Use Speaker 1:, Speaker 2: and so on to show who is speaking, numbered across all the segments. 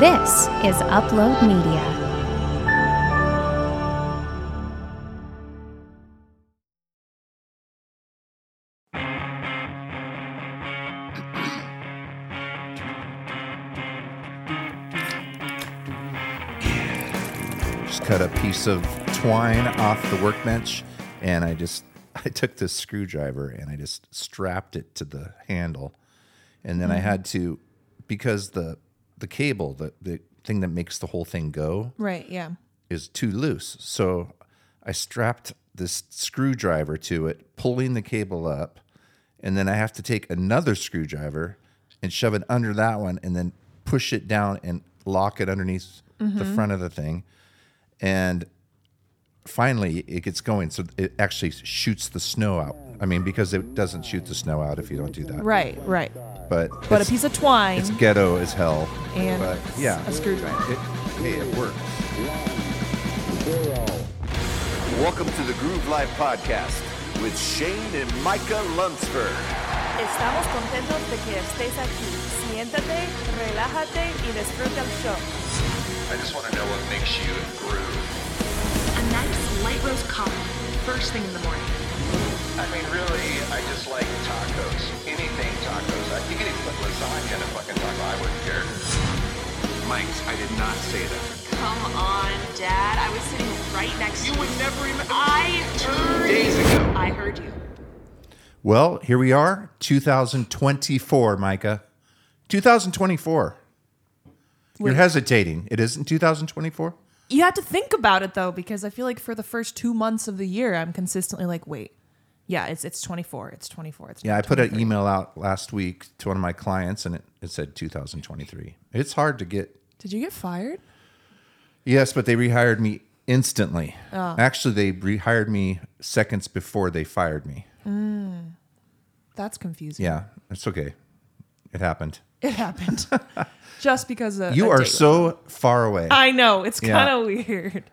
Speaker 1: This is Upload Media.
Speaker 2: just cut a piece of twine off the workbench and i just i took this screwdriver and i just strapped it to the handle and then i
Speaker 3: Mm-hmm.
Speaker 2: had to because the the cable the, the thing that makes the whole thing go
Speaker 3: Right. Yeah.
Speaker 2: is too loose so i strapped this screwdriver to it pulling the cable up and then i have to take another screwdriver and shove it under that one and then push it down and lock it underneath the
Speaker 3: Mm-hmm.
Speaker 2: front of the thing and finally it gets going so it actually shoots the snow out i mean because it doesn't shoot the snow out if you don't do that
Speaker 3: Right. Right.
Speaker 2: but
Speaker 3: But
Speaker 2: it's,
Speaker 3: a piece of twine
Speaker 2: it's ghetto as hell
Speaker 3: and
Speaker 2: but yeah
Speaker 3: a screwdriver.
Speaker 2: it, hey it works
Speaker 4: Welcome to the Groove Life Podcast with Shane and Micah Lunsford.
Speaker 5: Estamos contentos de que estés aquí. Siéntate, relájate y disfruta el show.
Speaker 6: I just want to know what makes you groove.
Speaker 7: A nice light roast coffee first thing in the morning.
Speaker 6: I mean, really, I just like tacos. Anything tacos. I you could even put lasagna in a fucking taco. I wouldn't care. Mike's, I did not say that.
Speaker 7: Come on, Dad. I was sitting right next to you.
Speaker 6: would never even.
Speaker 7: I heard.
Speaker 6: Days ago.
Speaker 7: I heard you.
Speaker 2: well here we are 2024 micah 2024 you're hesitating it isn't 2024
Speaker 3: You have to think about it though, because I feel like for the first two months of the year, I'm consistently like, wait, yeah, it's it's 24, it's 24, it's
Speaker 2: yeah i put an email out last week to one of my clients and it, it said 2023 it's hard to get
Speaker 3: Did you get fired?
Speaker 2: Yes, but they rehired me instantly.
Speaker 3: Oh.
Speaker 2: Actually, they rehired me seconds before they fired me.
Speaker 3: That's confusing.
Speaker 2: Yeah, it's okay. It happened.
Speaker 3: It happened just because of
Speaker 2: You
Speaker 3: a
Speaker 2: are
Speaker 3: date.
Speaker 2: so far away.
Speaker 3: I know it's
Speaker 2: Yeah.
Speaker 3: kind of weird.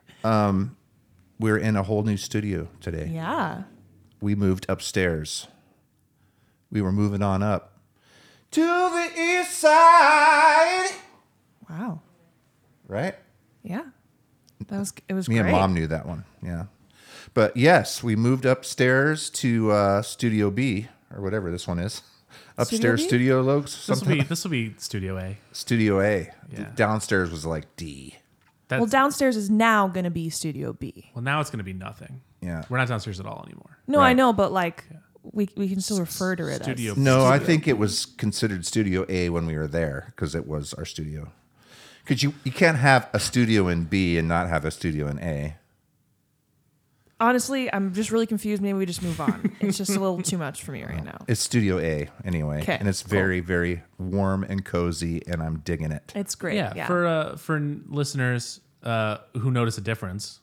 Speaker 2: We're in a whole new studio today.
Speaker 3: Yeah.
Speaker 2: We moved upstairs. We were moving on up to the east side.
Speaker 3: Wow.
Speaker 2: Right?
Speaker 3: Yeah. That was it. Was
Speaker 2: Me
Speaker 3: great.
Speaker 2: and mom knew that one. Yeah. But yes, we moved upstairs to uh, Studio B or whatever this one is. Upstairs
Speaker 3: B?
Speaker 2: Studio Lokes.
Speaker 8: This
Speaker 2: Something
Speaker 8: will be this will be Studio A.
Speaker 2: Studio A.
Speaker 8: Yeah.
Speaker 2: Downstairs was like D.
Speaker 8: That's,
Speaker 3: Well,
Speaker 8: well,
Speaker 3: downstairs is now gonna be Studio B.
Speaker 8: now it's going to be nothing.
Speaker 2: Yeah.
Speaker 8: we're not downstairs at all anymore.
Speaker 3: No,
Speaker 2: Right.
Speaker 3: I know, but like we we can still refer to it
Speaker 8: Studio
Speaker 3: as
Speaker 2: No, I think it was considered Studio A when we were there because it was our studio. Because you, you can't have a studio in B and not have a studio in A.
Speaker 3: honestly, I'm just really confused. Maybe we just move on. it's just a little too much for me right now.
Speaker 2: It's Studio A anyway.
Speaker 3: 'Kay,
Speaker 2: And it's
Speaker 3: cool.
Speaker 2: very, very warm and cozy, and I'm digging it.
Speaker 3: It's great.
Speaker 8: Yeah,
Speaker 3: Yeah.
Speaker 8: for uh, for n- listeners uh, who notice a difference,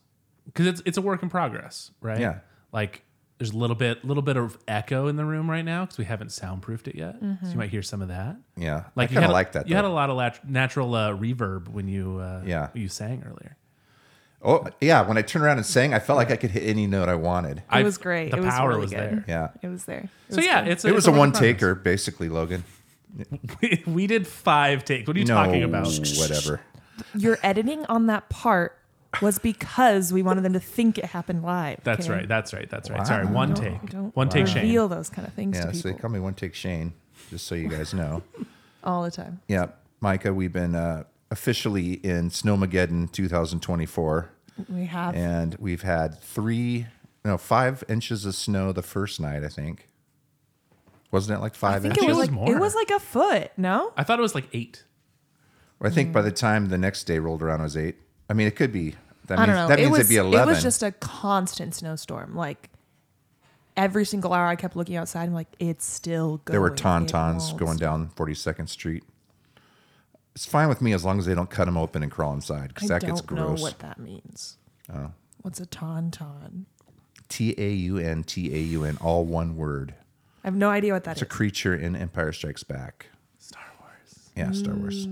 Speaker 8: because it's it's a work in progress, right?
Speaker 2: Yeah.
Speaker 8: like there's a little bit little bit of echo in the room right now because we haven't soundproofed it yet.
Speaker 3: Mm-hmm.
Speaker 8: So you might hear some of that.
Speaker 2: Yeah. I
Speaker 8: Like
Speaker 2: kind
Speaker 8: you had
Speaker 2: of
Speaker 8: a-
Speaker 2: like that.
Speaker 8: You had
Speaker 2: though.
Speaker 8: a lot of lat- natural uh, reverb when you uh,
Speaker 2: Yeah.
Speaker 8: you sang earlier.
Speaker 2: oh, yeah. When I turned around and sang, I felt like I could hit any note I wanted.
Speaker 3: It was great.
Speaker 8: The
Speaker 3: It was
Speaker 8: power
Speaker 3: really
Speaker 8: was
Speaker 3: good.
Speaker 8: there.
Speaker 2: Yeah.
Speaker 3: It was there. It
Speaker 8: So yeah,
Speaker 3: good.
Speaker 8: it's
Speaker 2: It was a
Speaker 8: work in
Speaker 2: one
Speaker 8: progress.
Speaker 2: taker, basically, Logan.
Speaker 8: We, we did five takes. What are you
Speaker 2: no,
Speaker 8: talking about?
Speaker 2: whatever.
Speaker 3: your editing on that part was because we wanted them to think it happened live.
Speaker 8: That's
Speaker 3: okay?
Speaker 8: right. That's right. That's right. Sorry, one
Speaker 3: Don't-
Speaker 8: take.
Speaker 3: don't
Speaker 8: one take,
Speaker 3: Reveal
Speaker 8: Shane.
Speaker 3: those kind of things
Speaker 2: Yeah.
Speaker 3: to
Speaker 2: So they
Speaker 3: people
Speaker 2: call me One Take Shane, just so you guys know.
Speaker 3: all the time.
Speaker 2: Yeah, Micah, we've been uh, officially in Snowmageddon 2024,
Speaker 3: We have
Speaker 2: and we've had three, no, five inches of snow the first night. I think wasn't it like
Speaker 3: I
Speaker 2: five
Speaker 3: think
Speaker 2: inches?
Speaker 3: it
Speaker 8: It
Speaker 3: was
Speaker 8: was
Speaker 3: like
Speaker 8: more.
Speaker 3: it was like a foot, no?
Speaker 8: I thought it was like eight.
Speaker 2: I think
Speaker 3: Mm.
Speaker 2: by the time the next day rolled around, it was eight. I mean, it could be. That
Speaker 3: I
Speaker 2: means
Speaker 3: don't know.
Speaker 2: that means
Speaker 3: it was,
Speaker 2: it'd be
Speaker 3: It
Speaker 2: eleven.
Speaker 3: was just a constant snowstorm. Like every single hour, I kept looking outside. I'm like, it's still going.
Speaker 2: there were
Speaker 3: It
Speaker 2: tauntauns
Speaker 3: won't
Speaker 2: going down 42nd Street. It's fine with me as long as they don't cut them open and crawl inside because
Speaker 3: I
Speaker 2: that
Speaker 3: don't
Speaker 2: gets
Speaker 3: know
Speaker 2: gross. Oh.
Speaker 3: what that means. What's a tauntaun?
Speaker 2: T A U N T A U N, all one word.
Speaker 3: I have no idea what that
Speaker 2: It's a
Speaker 3: is.
Speaker 2: creature in Empire Strikes Back.
Speaker 8: Star Wars.
Speaker 2: Yeah, Star Wars.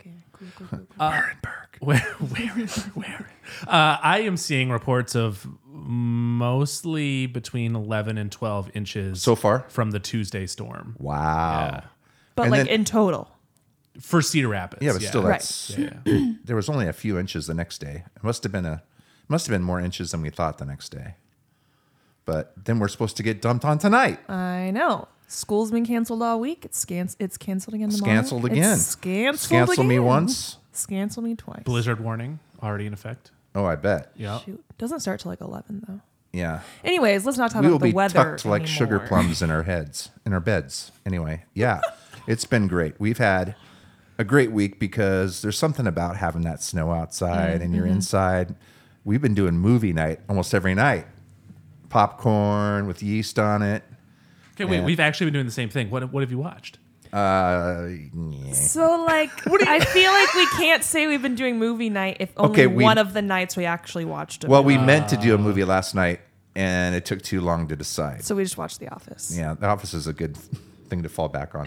Speaker 3: Okay, cool, cool, cool, cool.
Speaker 8: Where, where, where? Uh, I am seeing reports of mostly between eleven and twelve inches
Speaker 2: So far?
Speaker 8: from the Tuesday storm.
Speaker 2: Wow.
Speaker 8: Yeah.
Speaker 3: but
Speaker 2: and
Speaker 3: like
Speaker 2: then-
Speaker 3: in total,
Speaker 8: for Cedar Rapids.
Speaker 2: Yeah, but still,
Speaker 3: Right.
Speaker 2: that's there was only a few inches the next day. It must have been a must have been more inches than we thought the next day. But then we're supposed to get dumped on tonight.
Speaker 3: I know. School's been canceled all week. It's scans- It's canceled again tomorrow.
Speaker 2: Scanceled again.
Speaker 3: It's canceled
Speaker 2: Scancel
Speaker 3: again.
Speaker 2: me once.
Speaker 3: Scancel me twice.
Speaker 8: blizzard warning already in effect.
Speaker 2: Oh, I bet.
Speaker 8: Yeah.
Speaker 3: Shoot. Doesn't start till like 11 though.
Speaker 2: Yeah.
Speaker 3: Anyways, let's not talk
Speaker 2: we will
Speaker 3: about
Speaker 2: be
Speaker 3: the weather
Speaker 2: tucked like sugar
Speaker 3: anymore.
Speaker 2: plums in our heads, in our beds. Anyway, yeah, it's been great. We've had a great week because there's something about having that snow outside and
Speaker 3: Mm-hmm.
Speaker 2: you're inside. We've been doing movie night almost every night, popcorn with yeast on it.
Speaker 8: Okay, wait.
Speaker 2: Yeah.
Speaker 8: We've actually been doing the same thing. What What have you watched?
Speaker 2: Uh, yeah.
Speaker 3: So like, I feel like we can't say we've been doing movie night if only
Speaker 2: Okay, we-
Speaker 3: one of the nights we actually watched. A
Speaker 2: Well,
Speaker 3: movie.
Speaker 2: we meant to do a movie last night and it took too long to decide.
Speaker 3: so we just watched The Office.
Speaker 2: yeah, The Office is a good thing to fall back on.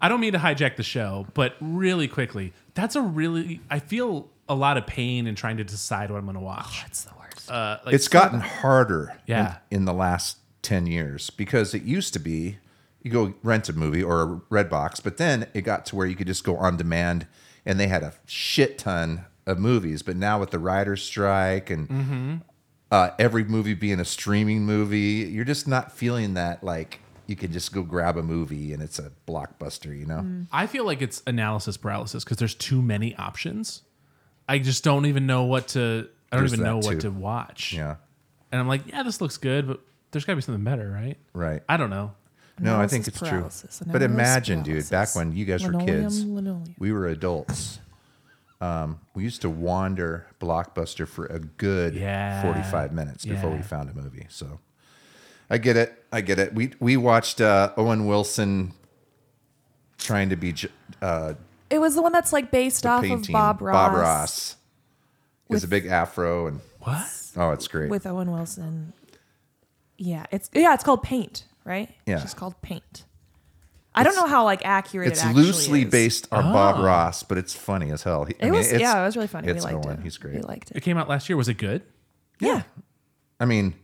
Speaker 8: I don't mean to hijack the show, but really quickly, that's a really. I feel a lot of pain in trying to decide what I'm going to watch.
Speaker 3: It's the worst.
Speaker 8: Uh, like
Speaker 2: it's gotten harder in-
Speaker 8: Yeah.
Speaker 2: in, the last 10 years because it used to be you go rent a movie or a red box but then it got to where you could just go on demand and they had a shit ton of movies but now with the writer's strike and
Speaker 8: Mm-hmm.
Speaker 2: uh, every movie being a streaming movie you're just not feeling that like you can just go grab a movie and it's a blockbuster you know
Speaker 8: I feel like it's analysis paralysis because there's too many options. I just don't even know what to. I don't
Speaker 2: There's
Speaker 8: even
Speaker 2: that
Speaker 8: know what
Speaker 2: too.
Speaker 8: to watch.
Speaker 2: yeah
Speaker 8: And I'm like, yeah, this looks good, but there's got to be something better, right?
Speaker 2: right
Speaker 8: I don't know.
Speaker 2: no i think
Speaker 3: Analysis
Speaker 2: it's
Speaker 3: paralysis,
Speaker 2: true but
Speaker 3: analysis
Speaker 2: imagine dude back
Speaker 3: paralysis.
Speaker 2: when you guys were
Speaker 3: Linoleum,
Speaker 2: kids
Speaker 3: linoleum.
Speaker 2: we were adults. Um, we used to wander Blockbuster for a good
Speaker 8: Yeah.
Speaker 2: 45 minutes before
Speaker 8: Yeah.
Speaker 2: we found a movie. So I get it. I get it. We we watched uh, Owen Wilson trying to be J- uh,
Speaker 3: It was the one that's like based
Speaker 2: the
Speaker 3: off
Speaker 2: painting
Speaker 3: of Bob Ross,
Speaker 2: Bob Ross. He has a
Speaker 3: With-
Speaker 2: big afro and
Speaker 8: What?
Speaker 2: oh, it's great.
Speaker 3: with Owen Wilson. Yeah, it's yeah, it's called Paint, right?
Speaker 2: Yeah.
Speaker 3: it's just called Paint. I don't know how like accurate
Speaker 2: it's
Speaker 3: it actually
Speaker 2: loosely
Speaker 3: is.
Speaker 2: based on
Speaker 8: Oh.
Speaker 2: Bob Ross, but it's funny as hell. He- I
Speaker 3: It
Speaker 2: mean,
Speaker 3: was
Speaker 2: it's-
Speaker 3: yeah, it was really funny.
Speaker 2: it's
Speaker 3: we liked
Speaker 2: Owen.
Speaker 3: it.
Speaker 2: He's great.
Speaker 3: We liked
Speaker 8: It
Speaker 3: it.
Speaker 8: came out last year. Was it good?
Speaker 3: Yeah.
Speaker 2: I mean,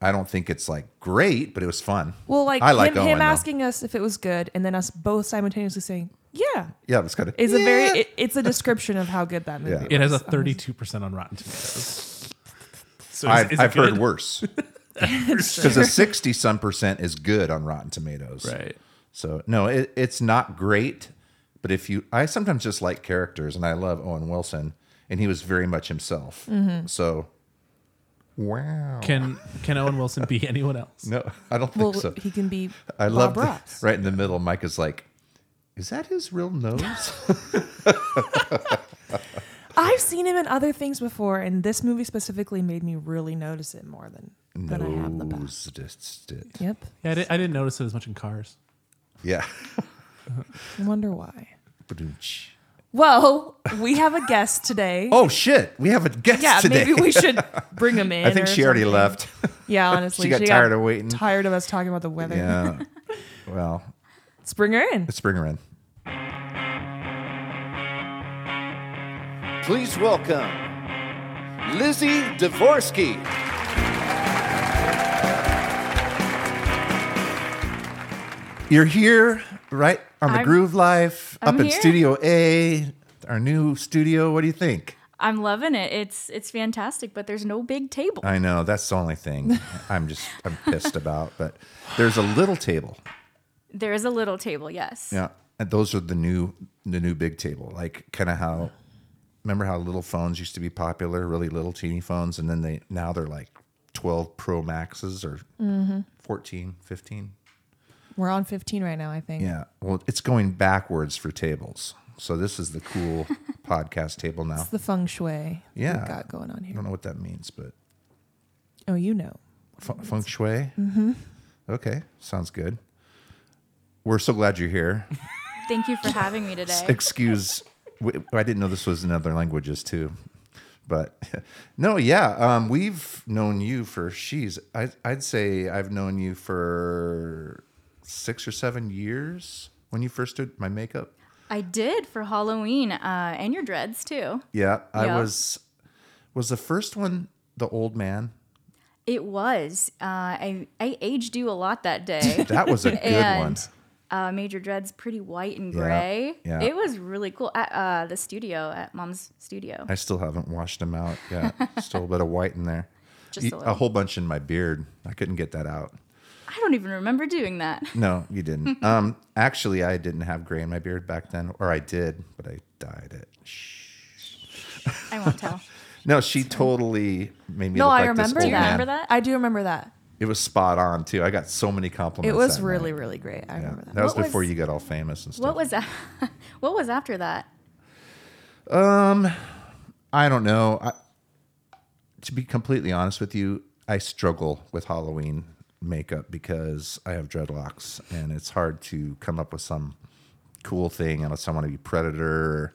Speaker 2: I don't think it's like great, but it was fun.
Speaker 3: Well, like,
Speaker 2: I like
Speaker 3: him,
Speaker 2: Owen,
Speaker 3: him
Speaker 2: though.
Speaker 3: asking us if it was good, and then us both simultaneously saying, "Yeah,"
Speaker 2: Yeah, it's kind of
Speaker 3: is a very it, it's a description of how good that movie.
Speaker 2: Yeah.
Speaker 3: was.
Speaker 8: It has a 32% on Rotten Tomatoes. So is-
Speaker 2: I've,
Speaker 8: is it
Speaker 2: I've heard
Speaker 8: good?
Speaker 2: worse. Because a 60 some percent is good on Rotten Tomatoes.
Speaker 8: Right.
Speaker 2: So, no, it, it's not great. But if you, I sometimes just like characters and I love Owen Wilson and he was very much himself.
Speaker 3: Mm-hmm.
Speaker 2: So, wow.
Speaker 8: Can can Owen Wilson be anyone else?
Speaker 2: no, I don't
Speaker 3: Well,
Speaker 2: think so.
Speaker 3: he can be.
Speaker 2: I
Speaker 3: Bob
Speaker 2: love the,
Speaker 3: Ross.
Speaker 2: right in the middle, Mike is like, is that his real nose?
Speaker 3: I've seen him in other things before, and this movie specifically made me really notice it more than than I have in the past.
Speaker 2: Nose just it.
Speaker 3: Yep.
Speaker 8: Yeah, I, di- I didn't notice it as much in Cars.
Speaker 2: Yeah.
Speaker 3: I wonder why.
Speaker 2: Ba-doom-tsh.
Speaker 3: Well, we have a guest today.
Speaker 2: Oh, shit. We have a guest
Speaker 3: yeah,
Speaker 2: today.
Speaker 3: maybe we should bring him in.
Speaker 2: I think
Speaker 3: or
Speaker 2: she already
Speaker 3: something.
Speaker 2: left.
Speaker 3: Yeah, honestly,
Speaker 2: She got tired of waiting.
Speaker 3: Tired of us talking about the weather.
Speaker 2: Yeah. well,
Speaker 3: Let's bring her in.
Speaker 2: let's bring her in.
Speaker 4: Please welcome Lizzie Dvorsky.
Speaker 2: You're here, right on the
Speaker 9: I'm-
Speaker 2: Groove Life,
Speaker 9: I'm
Speaker 2: up in
Speaker 9: here.
Speaker 2: Studio A, our new studio. What do you think?
Speaker 9: I'm loving it. It's it's fantastic, but there's no big table.
Speaker 2: I know that's the only thing I'm just I'm pissed about, but there's a little table.
Speaker 9: there is a little table, yes.
Speaker 2: Yeah, and those are the new the new big table, like kind of how. Remember how little phones used to be popular, really little teeny phones, and then they now they're like 12 Pro Maxes or 14, 15.
Speaker 3: We're on 15 right now, I think.
Speaker 2: Yeah. Well, it's going backwards for tables. So this is the cool podcast table now.
Speaker 3: It's the feng shui
Speaker 2: Yeah.
Speaker 3: we've got going on
Speaker 2: I
Speaker 3: here.
Speaker 2: don't know what that means, but
Speaker 3: Oh, you know.
Speaker 2: f- feng shui. Mm-hmm. Okay, sounds good. We're so glad you're here.
Speaker 9: Thank you for having me today.
Speaker 2: Excuse, w- I didn't know this was in other languages too, but no, yeah, um, we've known you for she's. I, I'd say I've known you for six or seven years when you first did my makeup.
Speaker 9: I did for Halloween, uh, and your dreads too.
Speaker 2: Yeah, I
Speaker 9: Yeah.
Speaker 2: was was the first one the old man.
Speaker 9: It was. Uh, I I aged you a lot that day.
Speaker 2: That was a good one.
Speaker 9: And Uh, Major Dread's pretty white and gray.
Speaker 2: yeah.
Speaker 9: It was really cool at uh, the studio at Mom's studio.
Speaker 2: I still haven't washed them out yet. still a bit of white in there.
Speaker 9: Just
Speaker 2: You-
Speaker 9: a
Speaker 2: a,
Speaker 9: little.
Speaker 2: whole bunch in my beard. I couldn't get that out.
Speaker 9: I don't even remember doing that.
Speaker 2: No, you didn't. um, actually, I didn't have gray in my beard back then, or I did, but I dyed it.
Speaker 9: I won't tell.
Speaker 2: No, she totally made me
Speaker 3: No,
Speaker 2: look
Speaker 3: I
Speaker 2: like
Speaker 3: remember
Speaker 2: this
Speaker 3: that.
Speaker 2: old man.
Speaker 9: Remember that?
Speaker 3: I do remember that.
Speaker 2: It was spot on too. I got so many
Speaker 3: It
Speaker 2: compliments.
Speaker 3: was
Speaker 2: that
Speaker 3: really,
Speaker 2: night.
Speaker 3: really great. I remember that.
Speaker 2: That was
Speaker 9: What was-
Speaker 2: before you got all famous and stuff.
Speaker 9: What was that? what was after that?
Speaker 2: I don't know. I, to be completely honest with you, I struggle with Halloween makeup because I have dreadlocks and it's hard to come up with some cool thing unless I want to be predator. Or,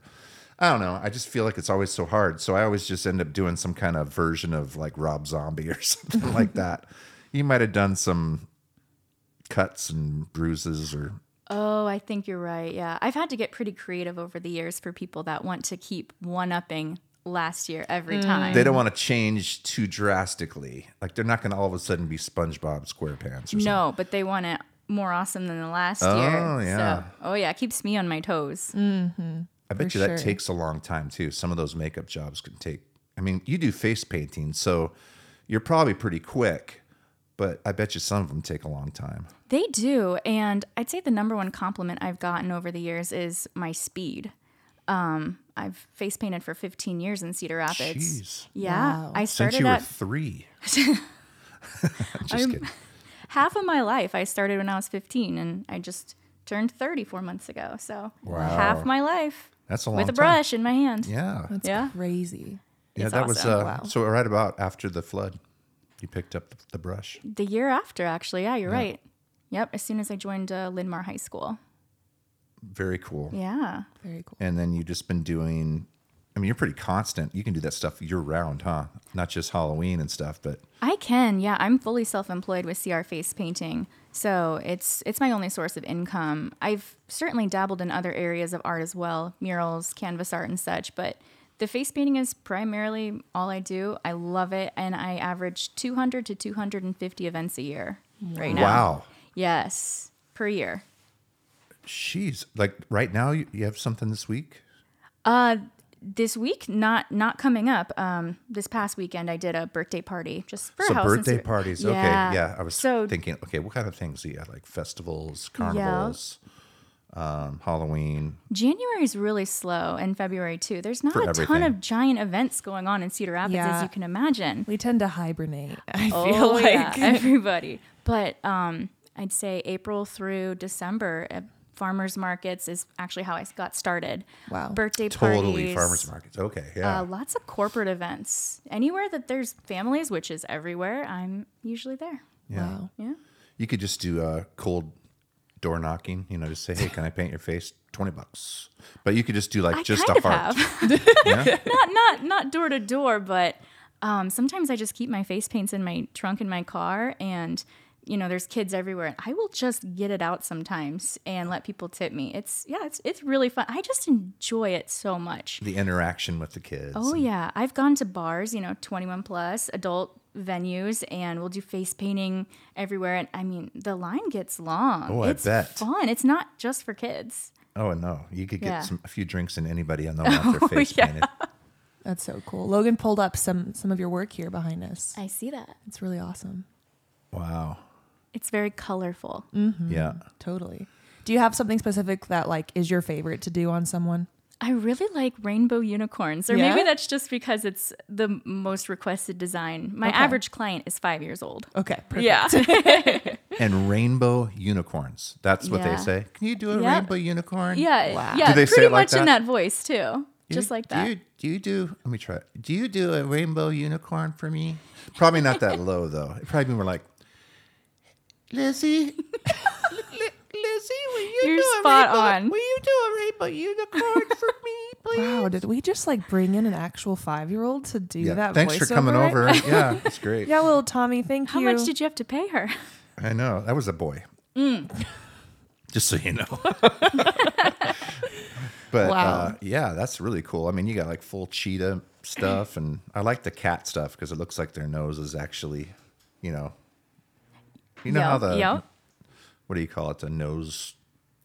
Speaker 2: I don't know. I just feel like it's always so hard. So I always just end up doing some kind of version of like Rob Zombie or something like that. You might have done some cuts and bruises or
Speaker 9: Oh, I think you're right. Yeah. I've had to get pretty creative over the years for people that want to keep one upping last year every time.
Speaker 2: Mm. they don't want to change too drastically. Like they're not going to all of a sudden be SpongeBob SquarePants or something.
Speaker 9: no, but they want it more awesome than the last year.
Speaker 2: Oh, yeah. Mm.
Speaker 9: So, oh, yeah. Keeps me on my toes.
Speaker 2: I bet
Speaker 3: For
Speaker 2: you that
Speaker 3: sure.
Speaker 2: takes a long time too. Some of those makeup jobs can take. I mean, you do face painting, so you're probably pretty quick, but I bet you some of them take a long time.
Speaker 9: They do. And I'd say the number one compliment I've gotten over the years is my speed. Um, I've face painted for 15 years in Cedar Rapids.
Speaker 2: Jeez,
Speaker 9: Yeah. I
Speaker 2: since
Speaker 9: started
Speaker 2: you were
Speaker 9: at
Speaker 2: three. Just kidding.
Speaker 9: half of my life. I started when I was 15 and I just turned 30 four months ago. So half my life
Speaker 2: That's a long
Speaker 9: with a
Speaker 2: time.
Speaker 9: brush in my hand.
Speaker 2: Yeah,
Speaker 9: Yeah.
Speaker 3: Crazy.
Speaker 2: yeah,
Speaker 9: It's
Speaker 2: that was
Speaker 9: awesome.
Speaker 2: uh, so right about after the flood, you picked up the, the brush.
Speaker 9: The year after, actually. Yeah, you're right. Yep. As soon as I joined uh, Linmar High School.
Speaker 2: Very cool.
Speaker 9: Yeah.
Speaker 3: Very cool.
Speaker 2: And then you just been doing. I mean, you're pretty constant. You can do that stuff year round, huh? Not just Halloween and stuff, but
Speaker 9: I can. Yeah. I'm fully self employed with CR face painting. So it's it's my only source of income. I've certainly dabbled in other areas of art as well, murals, canvas art and such, but the face painting is primarily all I do. I love it and I average 200 to 250 events a year right now.
Speaker 2: wow.
Speaker 9: Yes, per year.
Speaker 2: Jeez, like right now you, you have something this week?
Speaker 9: This week, not not coming up. Um, this past weekend, I did a birthday party just for
Speaker 2: so
Speaker 9: a house. and
Speaker 2: birthday
Speaker 9: see-
Speaker 2: parties.
Speaker 9: Yeah.
Speaker 2: Okay, yeah. I was
Speaker 9: so
Speaker 2: thinking, okay, what kind of things do you have? Like festivals, carnivals, um, Halloween.
Speaker 9: January is really slow, and February too. There's not
Speaker 2: For
Speaker 9: a ton
Speaker 2: everything.
Speaker 9: of giant events going on in Cedar Rapids, as
Speaker 3: Yeah.
Speaker 9: you can imagine.
Speaker 3: We tend to hibernate. I feel
Speaker 9: Oh,
Speaker 3: like
Speaker 9: yeah, everybody. But um, I'd say April through December. uh, Farmers markets is actually how I got started.
Speaker 3: Wow.
Speaker 9: Birthday
Speaker 2: Totally
Speaker 9: parties.
Speaker 2: farmers markets. Okay, yeah.
Speaker 9: Uh, lots of corporate events. Anywhere that there's families, which is everywhere, I'm usually there.
Speaker 2: yeah.
Speaker 3: wow.
Speaker 9: Yeah.
Speaker 2: You could just do uh, cold door knocking. You know, just say, hey, can I paint your face? Twenty bucks. But you could just do like
Speaker 9: I
Speaker 2: just a
Speaker 9: kind of
Speaker 2: heart.
Speaker 9: have. not not not door to door, but um, sometimes I just keep my face paints in my trunk in my car and you know, there's kids everywhere. I will just get it out sometimes and let people tip me. It's yeah, it's it's really fun. I just enjoy it so much.
Speaker 2: The interaction with the kids.
Speaker 9: Oh yeah, I've gone to bars, you know, 21 plus adult venues, and we'll do face painting everywhere. And I mean, the line gets long.
Speaker 2: Oh, I
Speaker 9: it's
Speaker 2: bet.
Speaker 9: Fun. It's not just for kids.
Speaker 2: Oh no, you could get
Speaker 9: Yeah. Oh,
Speaker 2: some a few drinks and anybody and they'll want their face painted.
Speaker 3: That's so cool. Logan pulled up some some of your work here behind us.
Speaker 9: I see that.
Speaker 3: It's really awesome.
Speaker 2: Wow.
Speaker 9: It's very colorful.
Speaker 2: Yeah.
Speaker 3: Totally. Do you have something specific that like is your favorite to do on someone?
Speaker 9: I really like rainbow unicorns, or
Speaker 3: Yeah?
Speaker 9: maybe that's just because it's the m- most requested design. My
Speaker 3: Okay.
Speaker 9: average client is five years old.
Speaker 3: Okay. Perfect.
Speaker 9: Yeah.
Speaker 2: And rainbow unicorns. That's what
Speaker 9: Yeah.
Speaker 2: they say. Can you do a
Speaker 9: Yeah.
Speaker 2: rainbow unicorn?
Speaker 9: yeah.
Speaker 3: Wow.
Speaker 9: Yeah.
Speaker 2: Do they
Speaker 9: pretty
Speaker 2: say it like
Speaker 9: much in
Speaker 2: that?
Speaker 9: that voice, too. just like that.
Speaker 2: Do you, do you do? Let me try. it. Do you do a rainbow unicorn for me? Probably not that low though. It probably more like Lizzie. Li- Lizzie, will you
Speaker 9: You're
Speaker 2: do a
Speaker 9: spot
Speaker 2: rainbow-
Speaker 9: on.
Speaker 2: Will you do a rainbow unicorn for me, please?
Speaker 3: Wow. Did we just like bring in an actual five year old to do
Speaker 2: Yeah.
Speaker 3: that?
Speaker 2: Thanks for coming
Speaker 3: voiceover?
Speaker 2: over. yeah, it's great.
Speaker 3: Yeah, little Tommy. Thank
Speaker 9: How
Speaker 3: you.
Speaker 9: much did you have to pay her?
Speaker 2: I know. That was a boy.
Speaker 9: Mm.
Speaker 2: Just so you know. but uh,
Speaker 3: Wow.
Speaker 2: yeah, that's really cool. I mean, you got like full cheetah stuff, and I like the cat stuff because it looks like their nose is actually, you know, you know how
Speaker 9: Yep,
Speaker 2: the
Speaker 9: yep.
Speaker 2: what do you call it? The nose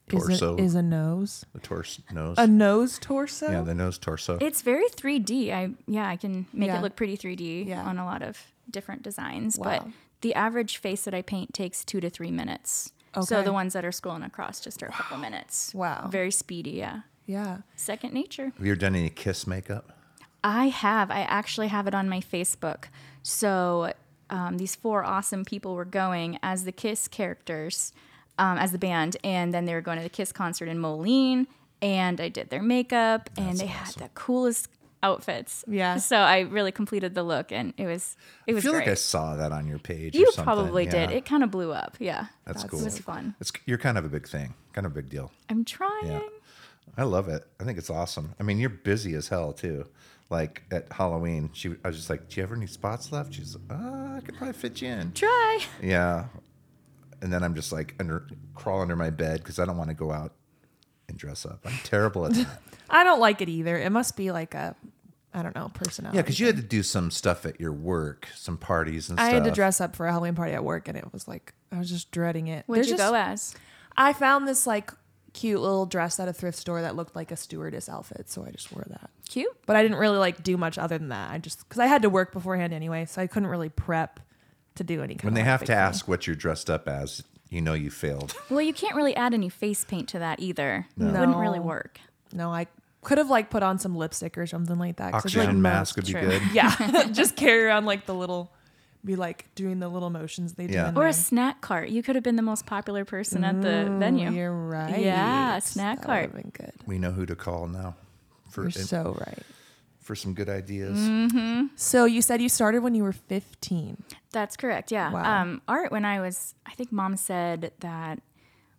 Speaker 3: Is,
Speaker 2: torso.
Speaker 3: it, is a nose
Speaker 2: the torso nose.
Speaker 3: a nose torso?
Speaker 2: yeah, the nose torso.
Speaker 9: It's very 3D. I yeah, I can make
Speaker 3: Yeah.
Speaker 9: it look pretty 3D
Speaker 3: Yeah.
Speaker 9: on a lot of different designs, but
Speaker 3: Wow.
Speaker 9: the average face that I paint takes 2 to 3 minutes. So
Speaker 3: Okay.
Speaker 9: the ones that are scrolling across just are a couple minutes.
Speaker 3: Wow.
Speaker 9: Very speedy, yeah.
Speaker 3: yeah.
Speaker 9: Second nature.
Speaker 2: Have you ever done any kiss makeup?
Speaker 9: I have. I actually have it on my Facebook. So um, these four awesome people were going as the Kiss characters, um, as the band, and then they were going to the Kiss concert in Moline. And I did their makeup, and they had the coolest outfits.
Speaker 3: Yeah.
Speaker 9: So I really completed the look, and it was it
Speaker 2: I
Speaker 9: was
Speaker 2: feel
Speaker 9: great.
Speaker 2: like I saw that on your page.
Speaker 9: you
Speaker 2: or something.
Speaker 9: probably did.
Speaker 2: Yeah.
Speaker 9: It kind of blew up. Yeah.
Speaker 2: That's
Speaker 9: It
Speaker 2: cool.
Speaker 9: was fun.
Speaker 2: It's you're kind of a big thing, kind of a big deal.
Speaker 9: I'm trying.
Speaker 2: Yeah. I love it. I think it's awesome. I mean, you're busy as hell too. Like at Halloween, she I was just like, "Do you have any spots left?" She's, "Ah, I could probably fit you in."
Speaker 9: Try.
Speaker 2: Yeah. And then I'm just like under crawl under my bed because I don't want to go out and dress up. I'm terrible at that.
Speaker 3: I don't like it either. It must be like a, I don't know, personality.
Speaker 2: yeah, because you had to do some stuff at your work, some parties and
Speaker 3: I
Speaker 2: stuff.
Speaker 3: had to dress up for a Halloween party at work, and it was like I was just dreading it.
Speaker 9: What'd
Speaker 3: There's
Speaker 9: you
Speaker 3: just-
Speaker 9: go as?
Speaker 3: I found this like cute little dress at a thrift store that looked like a stewardess outfit, so I just wore that.
Speaker 9: Cute.
Speaker 3: But I didn't really like do much other than that. I just because I had to work beforehand anyway, so I couldn't really prep to do any. Kind
Speaker 2: When
Speaker 3: of
Speaker 2: they
Speaker 3: like,
Speaker 2: have
Speaker 3: big
Speaker 2: to
Speaker 3: thing.
Speaker 2: ask what you're dressed up as, you know you failed.
Speaker 9: Well, you can't really add any face paint to that either. It wouldn't really
Speaker 3: No.
Speaker 9: work.
Speaker 3: No, I could have like put on some lipstick or something like that. 'cause it's,
Speaker 2: Oxygen
Speaker 3: like,
Speaker 2: mask would be
Speaker 9: true.
Speaker 2: good.
Speaker 3: Yeah, just carry around like the little, be like doing the little motions they do.
Speaker 2: Yeah.
Speaker 3: in
Speaker 9: Or
Speaker 3: there.
Speaker 9: a snack cart. You could have been the most popular person at the venue.
Speaker 3: You're right.
Speaker 9: Yeah, snack
Speaker 3: That would've
Speaker 9: cart.
Speaker 3: been good.
Speaker 2: We know who to call now for
Speaker 3: You're so right.
Speaker 2: for some good ideas.
Speaker 3: So you said you started when you were 15.
Speaker 9: That's correct. Yeah.
Speaker 3: Wow.
Speaker 9: Um, art when I was, I think mom said that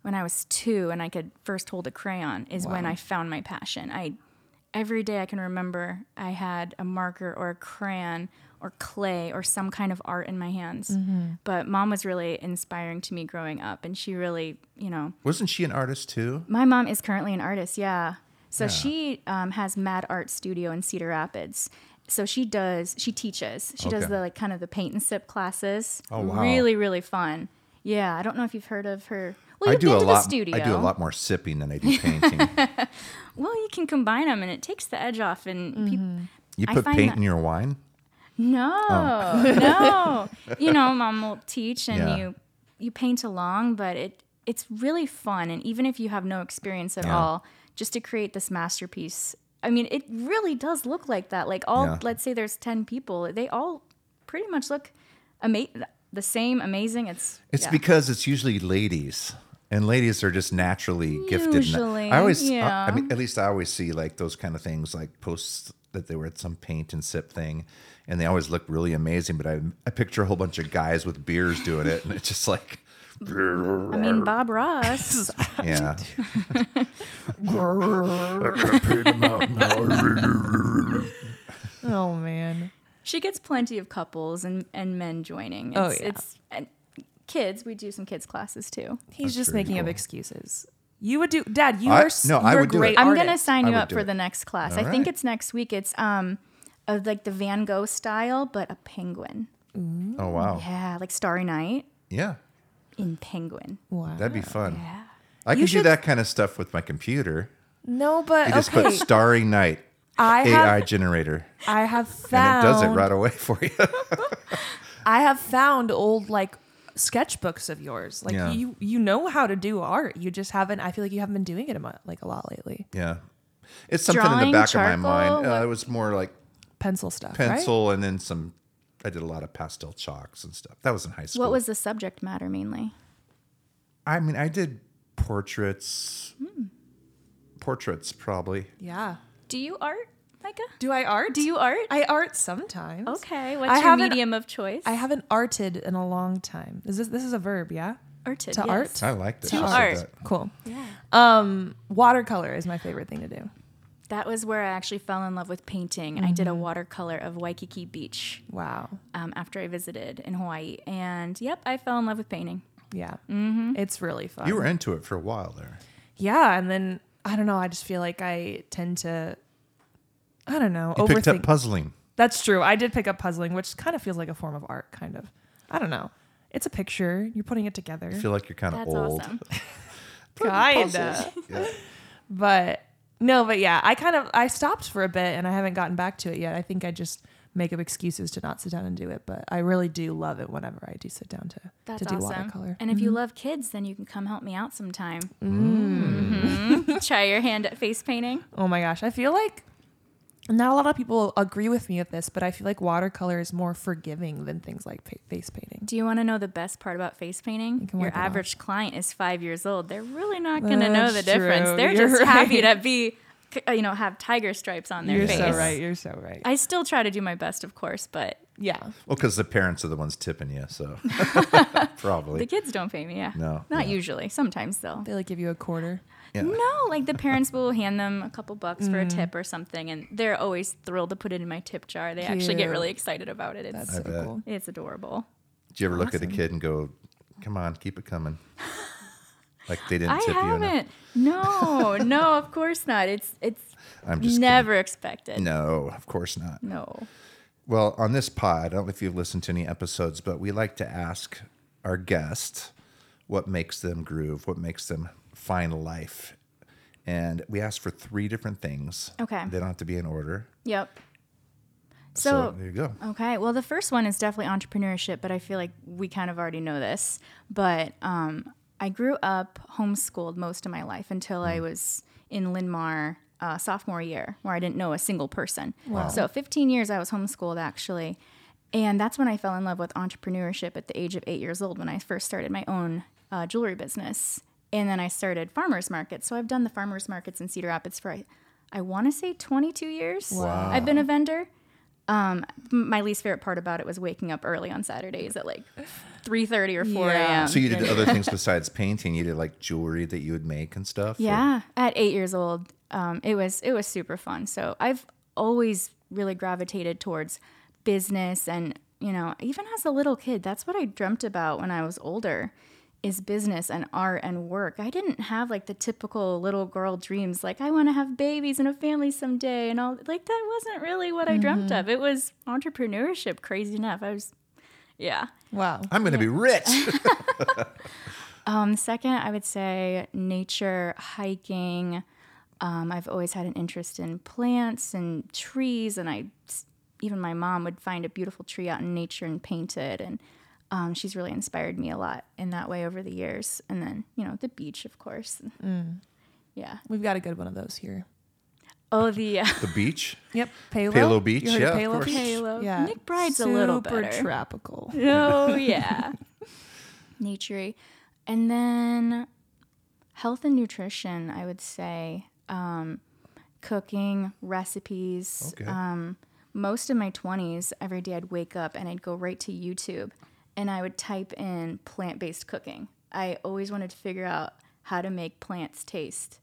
Speaker 9: when I was two and I could first hold a crayon is when I found my passion. I every day I can remember I had a marker or a crayon or clay or some kind of art in my hands.
Speaker 3: Mm-hmm.
Speaker 9: But mom was really inspiring to me growing up, and she really, you know,
Speaker 2: Wasn't she an artist too?
Speaker 9: My mom is currently an artist, yeah. So she um, has Mad Art Studio in Cedar Rapids. So she does, she teaches. She does
Speaker 2: Okay.
Speaker 9: the like kind of the paint and sip classes.
Speaker 2: Oh, wow.
Speaker 9: Really, really fun. Yeah, I don't know if you've heard of her. Well,
Speaker 2: I
Speaker 9: you've
Speaker 2: do
Speaker 9: been
Speaker 2: a
Speaker 9: to the
Speaker 2: lot.
Speaker 9: studio.
Speaker 2: I do a lot more sipping than I do painting.
Speaker 9: Well, you can combine them, and it takes the edge off. And peop-
Speaker 2: you
Speaker 9: I
Speaker 2: put
Speaker 9: find
Speaker 2: paint
Speaker 9: that-
Speaker 2: in your wine.
Speaker 9: no, no, you know, mom will teach, and
Speaker 2: Oh. Yeah.
Speaker 9: you you paint along, but it it's really fun. And even if you have no experience at
Speaker 2: Yeah.
Speaker 9: all, just to create this masterpiece. I mean, it really does look like that. Like all,
Speaker 2: Yeah.
Speaker 9: let's say there's ten people, they all pretty much look ama- the same, amazing. It's
Speaker 2: It's
Speaker 9: yeah.
Speaker 2: because it's usually ladies, and ladies are just naturally gifted. in that.
Speaker 9: Usually,
Speaker 2: I always, I, I
Speaker 9: yeah.
Speaker 2: mean, at least I always see like those kind of things, like posts that they were at some paint and sip thing, and they always look really amazing. But I, I picture a whole bunch of guys with beers doing it, and it's just like,
Speaker 9: I mean, Bob Ross.
Speaker 2: yeah,
Speaker 3: Oh man.
Speaker 9: She gets plenty of couples and, and men joining. It's,
Speaker 3: Oh, yeah.
Speaker 9: It's and kids. We do some kids classes too.
Speaker 3: He's just
Speaker 2: very
Speaker 3: making up
Speaker 2: cool.
Speaker 3: excuses. You would do Dad, you
Speaker 2: I-
Speaker 3: are s-
Speaker 2: no, I
Speaker 3: you're
Speaker 2: would do it.
Speaker 3: great.
Speaker 9: I'm gonna
Speaker 3: artist.
Speaker 9: sign
Speaker 2: I
Speaker 9: you
Speaker 2: would
Speaker 9: up
Speaker 2: do
Speaker 9: for
Speaker 2: it.
Speaker 9: the next class. I
Speaker 2: All
Speaker 9: think
Speaker 2: right.
Speaker 9: it's next week. It's um, of like the Van Gogh style, but a penguin.
Speaker 2: oh wow, yeah,
Speaker 9: Yeah, like Starry Night in penguin.
Speaker 3: Wow.
Speaker 2: that'd be fun. I could do
Speaker 3: should-
Speaker 2: that kind of stuff with my computer.
Speaker 3: No, but
Speaker 2: You just
Speaker 3: okay.
Speaker 2: put "Starry Night"
Speaker 3: I
Speaker 2: AI
Speaker 3: have
Speaker 2: generator,
Speaker 3: I have
Speaker 2: and
Speaker 3: found
Speaker 2: it does it right away for you.
Speaker 3: I have found old like sketchbooks of yours. Like
Speaker 2: Yeah.
Speaker 3: you you know how to do art. You just haven't I feel like you haven't been doing it a, mo- like a lot lately.
Speaker 2: yeah, it's something in
Speaker 9: Drawing,
Speaker 2: the back of my mind.
Speaker 9: charcoal,
Speaker 2: Uh, it was more like
Speaker 3: Pencil stuff, right?
Speaker 2: pencil and then some I did a lot of pastel chalks and stuff. That was in high school.
Speaker 9: What was the subject matter mainly?
Speaker 2: I mean, I did portraits.
Speaker 9: Hmm.
Speaker 2: Portraits probably.
Speaker 3: Yeah.
Speaker 9: Do you art, Micah?
Speaker 3: Do I art?
Speaker 9: Do you art?
Speaker 3: I art sometimes.
Speaker 9: okay.
Speaker 3: I
Speaker 9: What's your
Speaker 3: haven't-
Speaker 9: medium of choice?
Speaker 3: I haven't arted in a long time. Is this this is a verb, yeah?
Speaker 9: arted
Speaker 3: to art?
Speaker 9: yes.
Speaker 2: I liked it.
Speaker 9: To
Speaker 2: She said
Speaker 9: art.
Speaker 2: that.
Speaker 3: Cool. Yeah. Um, watercolor is my favorite thing to do.
Speaker 9: That was where I actually fell in love with painting. I did a watercolor of Waikiki Beach
Speaker 3: Wow.
Speaker 9: um, after I visited in Hawaii, and yep, I fell in love with painting.
Speaker 3: Yeah. It's really fun.
Speaker 2: You were into it for a while there.
Speaker 3: yeah, and then I don't know. I just feel like I tend to. I don't know.
Speaker 2: You
Speaker 3: overthink.
Speaker 2: picked up puzzling.
Speaker 3: That's true. I did pick up puzzling, which kind of feels like a form of art, kind of. I don't know. It's a picture. You're putting it together.
Speaker 2: I feel like you're kind of
Speaker 9: That's
Speaker 2: old.
Speaker 9: awesome.
Speaker 3: kinda.
Speaker 2: Yeah.
Speaker 3: But no, but yeah, I kind of I stopped for a bit and I haven't gotten back to it yet. I think I just make up excuses to not sit down and do it, but I really do love it whenever I do sit down to
Speaker 9: That's
Speaker 3: to do
Speaker 9: awesome.
Speaker 3: watercolor. Mm-hmm.
Speaker 9: And if you love kids, then you can come help me out sometime.
Speaker 3: Mm-hmm.
Speaker 9: Mhm. Try your hand at face painting.
Speaker 3: Oh my gosh, I feel like not a lot of people agree with me with this, but I feel like watercolor is more forgiving than things like pa- face painting.
Speaker 9: Do you want to know the best part about face painting?
Speaker 3: can
Speaker 9: Your
Speaker 3: wipe it off.
Speaker 9: average client is five years old. They're really not going to know
Speaker 3: That's
Speaker 9: the difference.
Speaker 3: true.
Speaker 9: They're
Speaker 3: You're
Speaker 9: just happy
Speaker 3: right.
Speaker 9: to be, uh, you know, have tiger stripes on their
Speaker 3: You're
Speaker 9: face.
Speaker 3: so right. You're so right.
Speaker 9: I still try to do my best, of course, but
Speaker 3: yeah.
Speaker 2: Well, because the parents are the ones tipping you, so probably.
Speaker 9: the kids don't pay me. Yeah,
Speaker 2: No,
Speaker 9: not
Speaker 2: no.
Speaker 9: usually. Sometimes though.
Speaker 3: They like give you a quarter.
Speaker 2: Yeah.
Speaker 9: No, like the parents will hand them a couple bucks
Speaker 3: Mm.
Speaker 9: for a tip or something, and they're always thrilled to put it in my tip jar. They actually get
Speaker 3: Cute.
Speaker 9: really excited about it. It's
Speaker 3: That's so
Speaker 2: bet.
Speaker 3: cool.
Speaker 9: it's adorable.
Speaker 2: Do you ever look at a kid and go, "Come on, keep it coming"? like they didn't
Speaker 9: I
Speaker 2: tip you enough.
Speaker 9: haven't. No, no, of course not. It's it's
Speaker 2: I'm just
Speaker 9: never expected.
Speaker 2: Kidding. No, of course not.
Speaker 9: No.
Speaker 2: Well, on this pod, I don't know if you've listened to any episodes, but we like to ask our guest what makes them groove, what makes them find life. And we ask for three different things.
Speaker 9: Okay.
Speaker 2: They don't have to be in order.
Speaker 9: Yep.
Speaker 2: So,
Speaker 9: So, oh,
Speaker 2: there you go.
Speaker 9: okay, well, the first one is definitely entrepreneurship, but I feel like we kind of already know this. But um, I grew up homeschooled most of my life until
Speaker 2: Mm.
Speaker 9: I was in Linmar uh, sophomore year, where I didn't know a single person. So, 15 years I was homeschooled actually. And that's when I fell in love with entrepreneurship at the age of eight years old when I first started my own uh, jewelry business. And then I started farmers markets. So I've done the farmers markets in Cedar Rapids for, I, I want to say 22 years. I've been a vendor. Um, my least favorite part about it was waking up early on Saturdays at like 3.30 or 4
Speaker 3: Yeah.
Speaker 9: a.m.
Speaker 2: So you did other things besides painting. You did like jewelry that you would make and stuff. or-
Speaker 9: Yeah, at eight years old, um, it was it was super fun. So I've always really gravitated towards business, and you know, even as a little kid, that's what I dreamt about when I was older, is business and art and work. I didn't have like the typical little girl dreams, like I want to have babies and a family someday, and all like that wasn't really what I dreamt of. It was entrepreneurship. Crazy enough, I was, yeah.
Speaker 3: Wow.
Speaker 2: I'm going to be rich.
Speaker 9: Um, second, I would say nature, hiking. Um, I've always had an interest in plants and trees, and I even my mom would find a beautiful tree out in nature and paint it, and um, she's really inspired me a lot in that way over the years. And then you know the beach, of course. Yeah.
Speaker 3: We've got a good one of those here.
Speaker 9: Oh, the uh,
Speaker 2: the beach.
Speaker 3: Yep. Palo,
Speaker 2: Palo Beach,
Speaker 3: You heard of
Speaker 2: yeah, of
Speaker 3: Palo
Speaker 2: course.
Speaker 3: Beach?
Speaker 9: Palo.
Speaker 3: Yeah.
Speaker 9: Nick Bride's a little
Speaker 3: Super
Speaker 9: better.
Speaker 3: tropical.
Speaker 9: oh yeah, naturey, and then health and nutrition. I would say um, cooking recipes.
Speaker 2: Okay.
Speaker 9: most of my 20s, every day I'd wake up and I'd go right to YouTube and I would type in plant based cooking. I always wanted to figure out how to make plants taste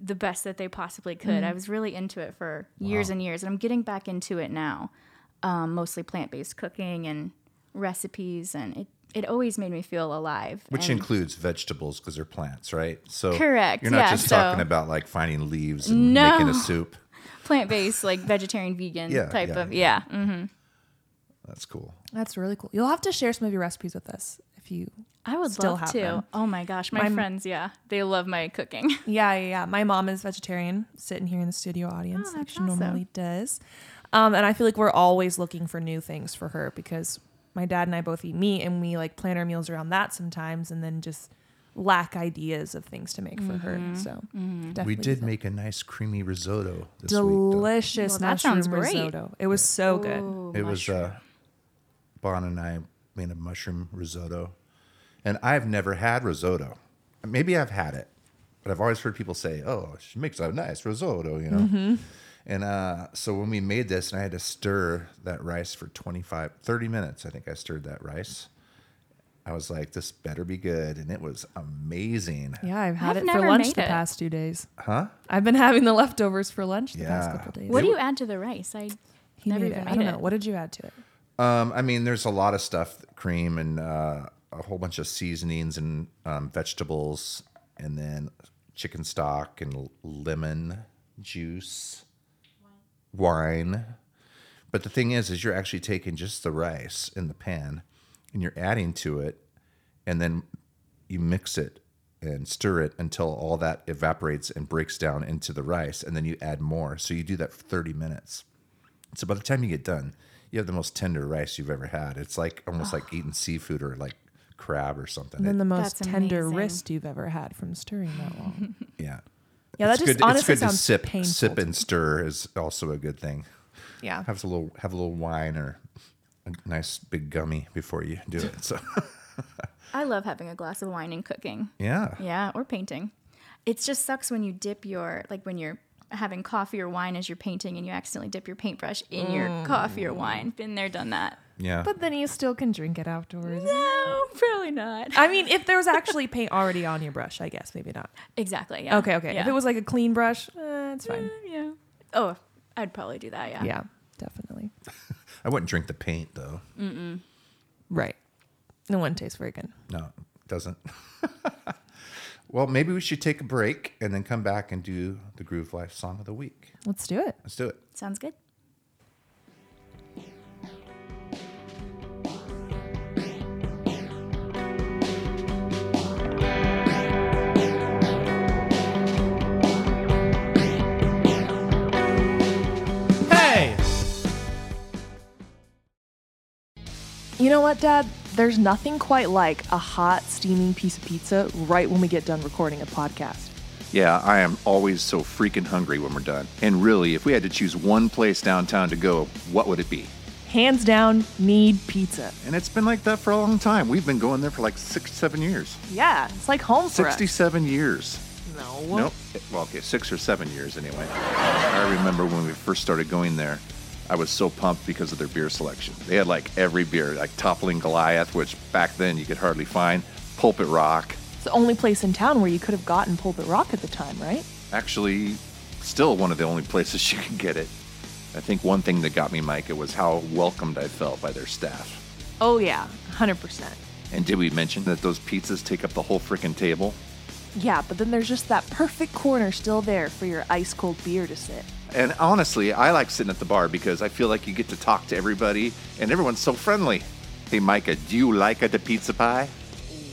Speaker 9: the best that they possibly could. I was really into it for years and years, and I'm getting back into it now, um, mostly plant based cooking and recipes. And it, it always made me feel alive.
Speaker 2: Which
Speaker 9: and
Speaker 2: includes vegetables because they're plants, right? So
Speaker 9: Correct,
Speaker 2: You're not
Speaker 9: yeah,
Speaker 2: just talking
Speaker 9: so-
Speaker 2: about like finding leaves and
Speaker 9: No.
Speaker 2: making a soup.
Speaker 9: plant based, like vegetarian, vegan
Speaker 2: Yeah,
Speaker 9: type
Speaker 2: yeah,
Speaker 9: of, yeah. Mm.
Speaker 2: That's cool.
Speaker 3: That's really cool. You'll have to share some of your recipes with us if you.
Speaker 9: I would
Speaker 3: Still
Speaker 9: love
Speaker 3: have
Speaker 9: to.
Speaker 3: them.
Speaker 9: Oh my gosh, my friends, yeah, they love my cooking.
Speaker 3: Yeah, yeah, yeah. My mom is vegetarian, sitting here in the studio audience like
Speaker 9: that's
Speaker 3: she
Speaker 9: awesome.
Speaker 3: normally does. Um, and I feel like we're always looking for new things for her because my dad and I both eat meat and we like plan our meals around that sometimes and then just lack ideas of things to make for her. So definitely
Speaker 2: We did
Speaker 3: feel-
Speaker 2: make a nice creamy risotto this week.
Speaker 3: delicious
Speaker 9: Well, that
Speaker 3: mushroom
Speaker 9: sounds great.
Speaker 3: risotto. It was so good.
Speaker 2: though. It was uh, Bon and I made a mushroom risotto, and I've never had risotto. Maybe I've had it, but I've always heard people say, "Oh, she makes a nice risotto," you know. And uh, so when we made this, and I had to stir that rice for 25, 30 minutes, I think I stirred that rice. I was like, this better be good. And it was amazing.
Speaker 3: Yeah, I've had
Speaker 9: I've
Speaker 3: it for
Speaker 9: never
Speaker 3: lunch
Speaker 9: made
Speaker 3: the
Speaker 9: it.
Speaker 3: past two days. Huh? I've been having the leftovers for lunch the past
Speaker 2: Yeah.
Speaker 3: couple days.
Speaker 9: What do you add to the rice? I
Speaker 3: He
Speaker 9: never
Speaker 3: made
Speaker 9: even
Speaker 3: it.
Speaker 9: made
Speaker 3: I don't
Speaker 9: it.
Speaker 3: know. What did you add to it?
Speaker 2: Um, I mean, there's a lot of stuff, cream and uh, a whole bunch of seasonings and um, vegetables, and then chicken stock and l- lemon juice, wine. But the thing is, is you're actually taking just the rice in the pan, and you're adding to it, and then you mix it and stir it until all that evaporates and breaks down into the rice, and then you add more. So you do that for 30 minutes. So by the time you get done, you have the most tender rice you've ever had. It's like almost like eating seafood or like crab or something.
Speaker 3: Ah. And then the most
Speaker 9: That's
Speaker 3: tender
Speaker 9: amazing.
Speaker 3: wrist you've ever had from stirring that long.
Speaker 2: It- yeah.
Speaker 3: Yeah, that
Speaker 2: it's
Speaker 3: just
Speaker 2: good,
Speaker 3: honestly
Speaker 2: it's good to
Speaker 3: sounds
Speaker 2: sip,
Speaker 3: painful
Speaker 2: sip
Speaker 3: to
Speaker 2: and stir is also a good thing.
Speaker 3: Yeah.
Speaker 2: Have a little, have a little wine or a nice big gummy before you do it. So
Speaker 9: I love having a glass of wine and cooking.
Speaker 2: yeah,
Speaker 9: Yeah, or painting. It just sucks when you dip your like when you're having coffee or wine as you're painting and you accidentally dip your paintbrush in
Speaker 3: Mm.
Speaker 9: your coffee or wine. Been there, done that.
Speaker 2: yeah.
Speaker 3: But then you still can drink it afterwards.
Speaker 9: No, probably not.
Speaker 3: I mean, if there was actually paint already on your brush, I guess maybe not.
Speaker 9: Exactly. Yeah.
Speaker 3: Okay, okay.
Speaker 9: Yeah.
Speaker 3: If it was like a clean brush, eh, it's fine.
Speaker 9: yeah. Oh, I'd probably do that. Yeah.
Speaker 3: Yeah, definitely.
Speaker 2: I wouldn't drink the paint though.
Speaker 3: Right. No one tastes very good.
Speaker 2: No, it doesn't. well, maybe we should take a break and then come back and do the Groove Life song of the week.
Speaker 3: Let's do it.
Speaker 2: Let's do it.
Speaker 9: Sounds good.
Speaker 8: Hey!
Speaker 3: You know what, Dad? There's nothing quite like a hot, steaming piece of pizza right when we get done recording a podcast.
Speaker 2: Yeah, I am always so freaking hungry when we're done. And really, if we had to choose one place downtown to go, what would it be?
Speaker 3: Hands down, need pizza.
Speaker 2: And it's been like that for a long time. We've been going there for like six, seven years.
Speaker 3: Yeah, it's like home for us.
Speaker 2: 67 years.
Speaker 3: No.
Speaker 2: Nope. Well, okay, six or seven years anyway. I remember when we first started going there, I was so pumped because of their beer selection. They had like every beer, like Toppling Goliath, which back then you could hardly find, Pulpit Rock,
Speaker 3: It's the only place in town where you could have gotten Pulpit Rock at the time, right?
Speaker 2: actually, still one of the only places you can get it. I think one thing that got me, Micah, was how welcomed I felt by their staff.
Speaker 3: Oh, yeah, 100%.
Speaker 2: And did we mention that those pizzas take up the whole freaking table?
Speaker 3: Yeah, but then there's just that perfect corner still there for your ice cold beer to sit.
Speaker 2: And honestly, I like sitting at the bar because I feel like you get to talk to everybody and everyone's so friendly. Hey, Micah, do you like the pizza pie?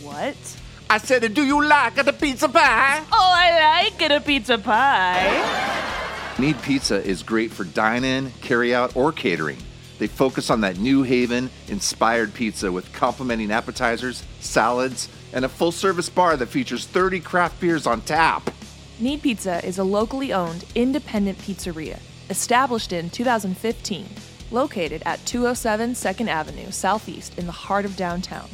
Speaker 3: What?
Speaker 2: I said, do you like the pizza pie?
Speaker 3: Oh, I like it a pizza pie.
Speaker 2: Need Pizza is great for dine in, carry out, or catering. They focus on that New Haven inspired pizza with complimenting appetizers, salads, and a full service bar that features 30 craft beers on tap.
Speaker 3: Need Pizza is a locally owned, independent pizzeria established in 2015, located at 207 2nd Avenue Southeast in the heart of downtown.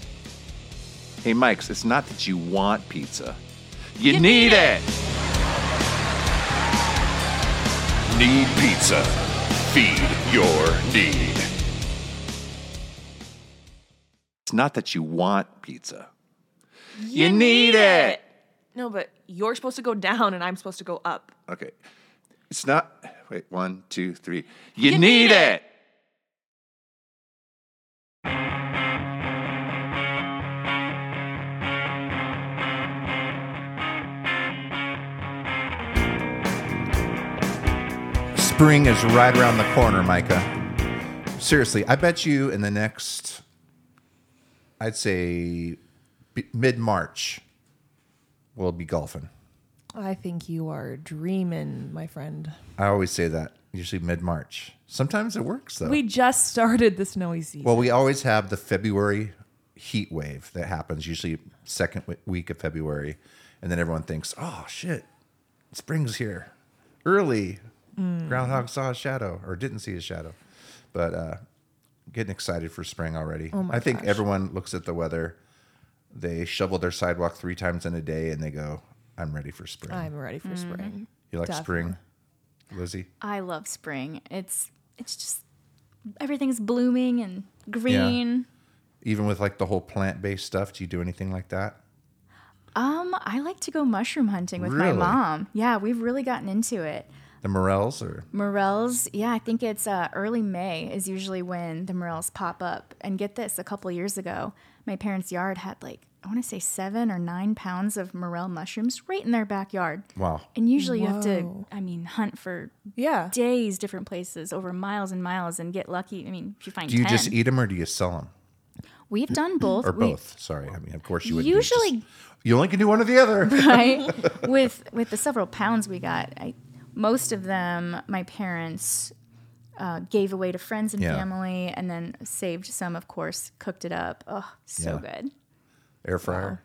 Speaker 2: Hey, Mike's, it's not that you want pizza, you, need, it.
Speaker 4: Need pizza. Feed your need.
Speaker 2: It's not that you want pizza.
Speaker 3: You,
Speaker 2: need it.
Speaker 3: No, but you're supposed to go down and I'm supposed to go up.
Speaker 2: Okay. It's not. Wait, one, two, three. You, need, it. Spring is right around the corner, Micah. Seriously, I bet you in the next, I'd say mid March, we'll be golfing.
Speaker 3: I think you are dreaming, my friend.
Speaker 2: I always say that, usually mid March. Sometimes it works though.
Speaker 3: We just started the snowy season.
Speaker 2: well, we always have the February heat wave that happens, usually second w- week of February. And then everyone thinks, oh shit, spring's here early.
Speaker 3: Mm.
Speaker 2: Groundhog saw a shadow or didn't see a shadow. But uh, getting excited for spring already.
Speaker 3: Oh
Speaker 2: I think everyone looks at the weather. They shovel their sidewalk three times in a day and they go, I'm ready for spring.
Speaker 3: I'm ready for spring.
Speaker 2: you like
Speaker 3: definitely.
Speaker 2: spring, Lizzie?
Speaker 9: I love spring. It's it's just everything's blooming and green.
Speaker 2: even with like the whole plant based stuff, do you do anything like that?
Speaker 9: Um, I like to go mushroom hunting with my
Speaker 2: Really?
Speaker 9: mom. Yeah, we've really gotten into it.
Speaker 2: The morels or
Speaker 9: Mm, Morels, yeah, I think it's uh, early May is usually when the morels pop up. And get this, a couple years ago, my parents' yard had like I want to say seven or nine pounds of morel mushrooms right in their backyard.
Speaker 2: wow.
Speaker 9: And usually you have to, I mean, hunt for
Speaker 3: Yeah.
Speaker 9: days, different places, over miles and miles, and get lucky. I mean, if you find
Speaker 2: Do you
Speaker 9: 10.
Speaker 2: just eat them or do you sell them?
Speaker 9: We've done both.
Speaker 2: or
Speaker 9: We-
Speaker 2: both. Sorry, I mean, of course you would. do just-
Speaker 9: Usually-
Speaker 2: you only can do one or the other.
Speaker 9: right? with with the several pounds we got, I, most of them my parents uh, gave away to friends and
Speaker 2: Yeah.
Speaker 9: family, and then saved some, of course, cooked it up. Oh, so
Speaker 2: Yeah.
Speaker 9: good.
Speaker 2: Air fryer.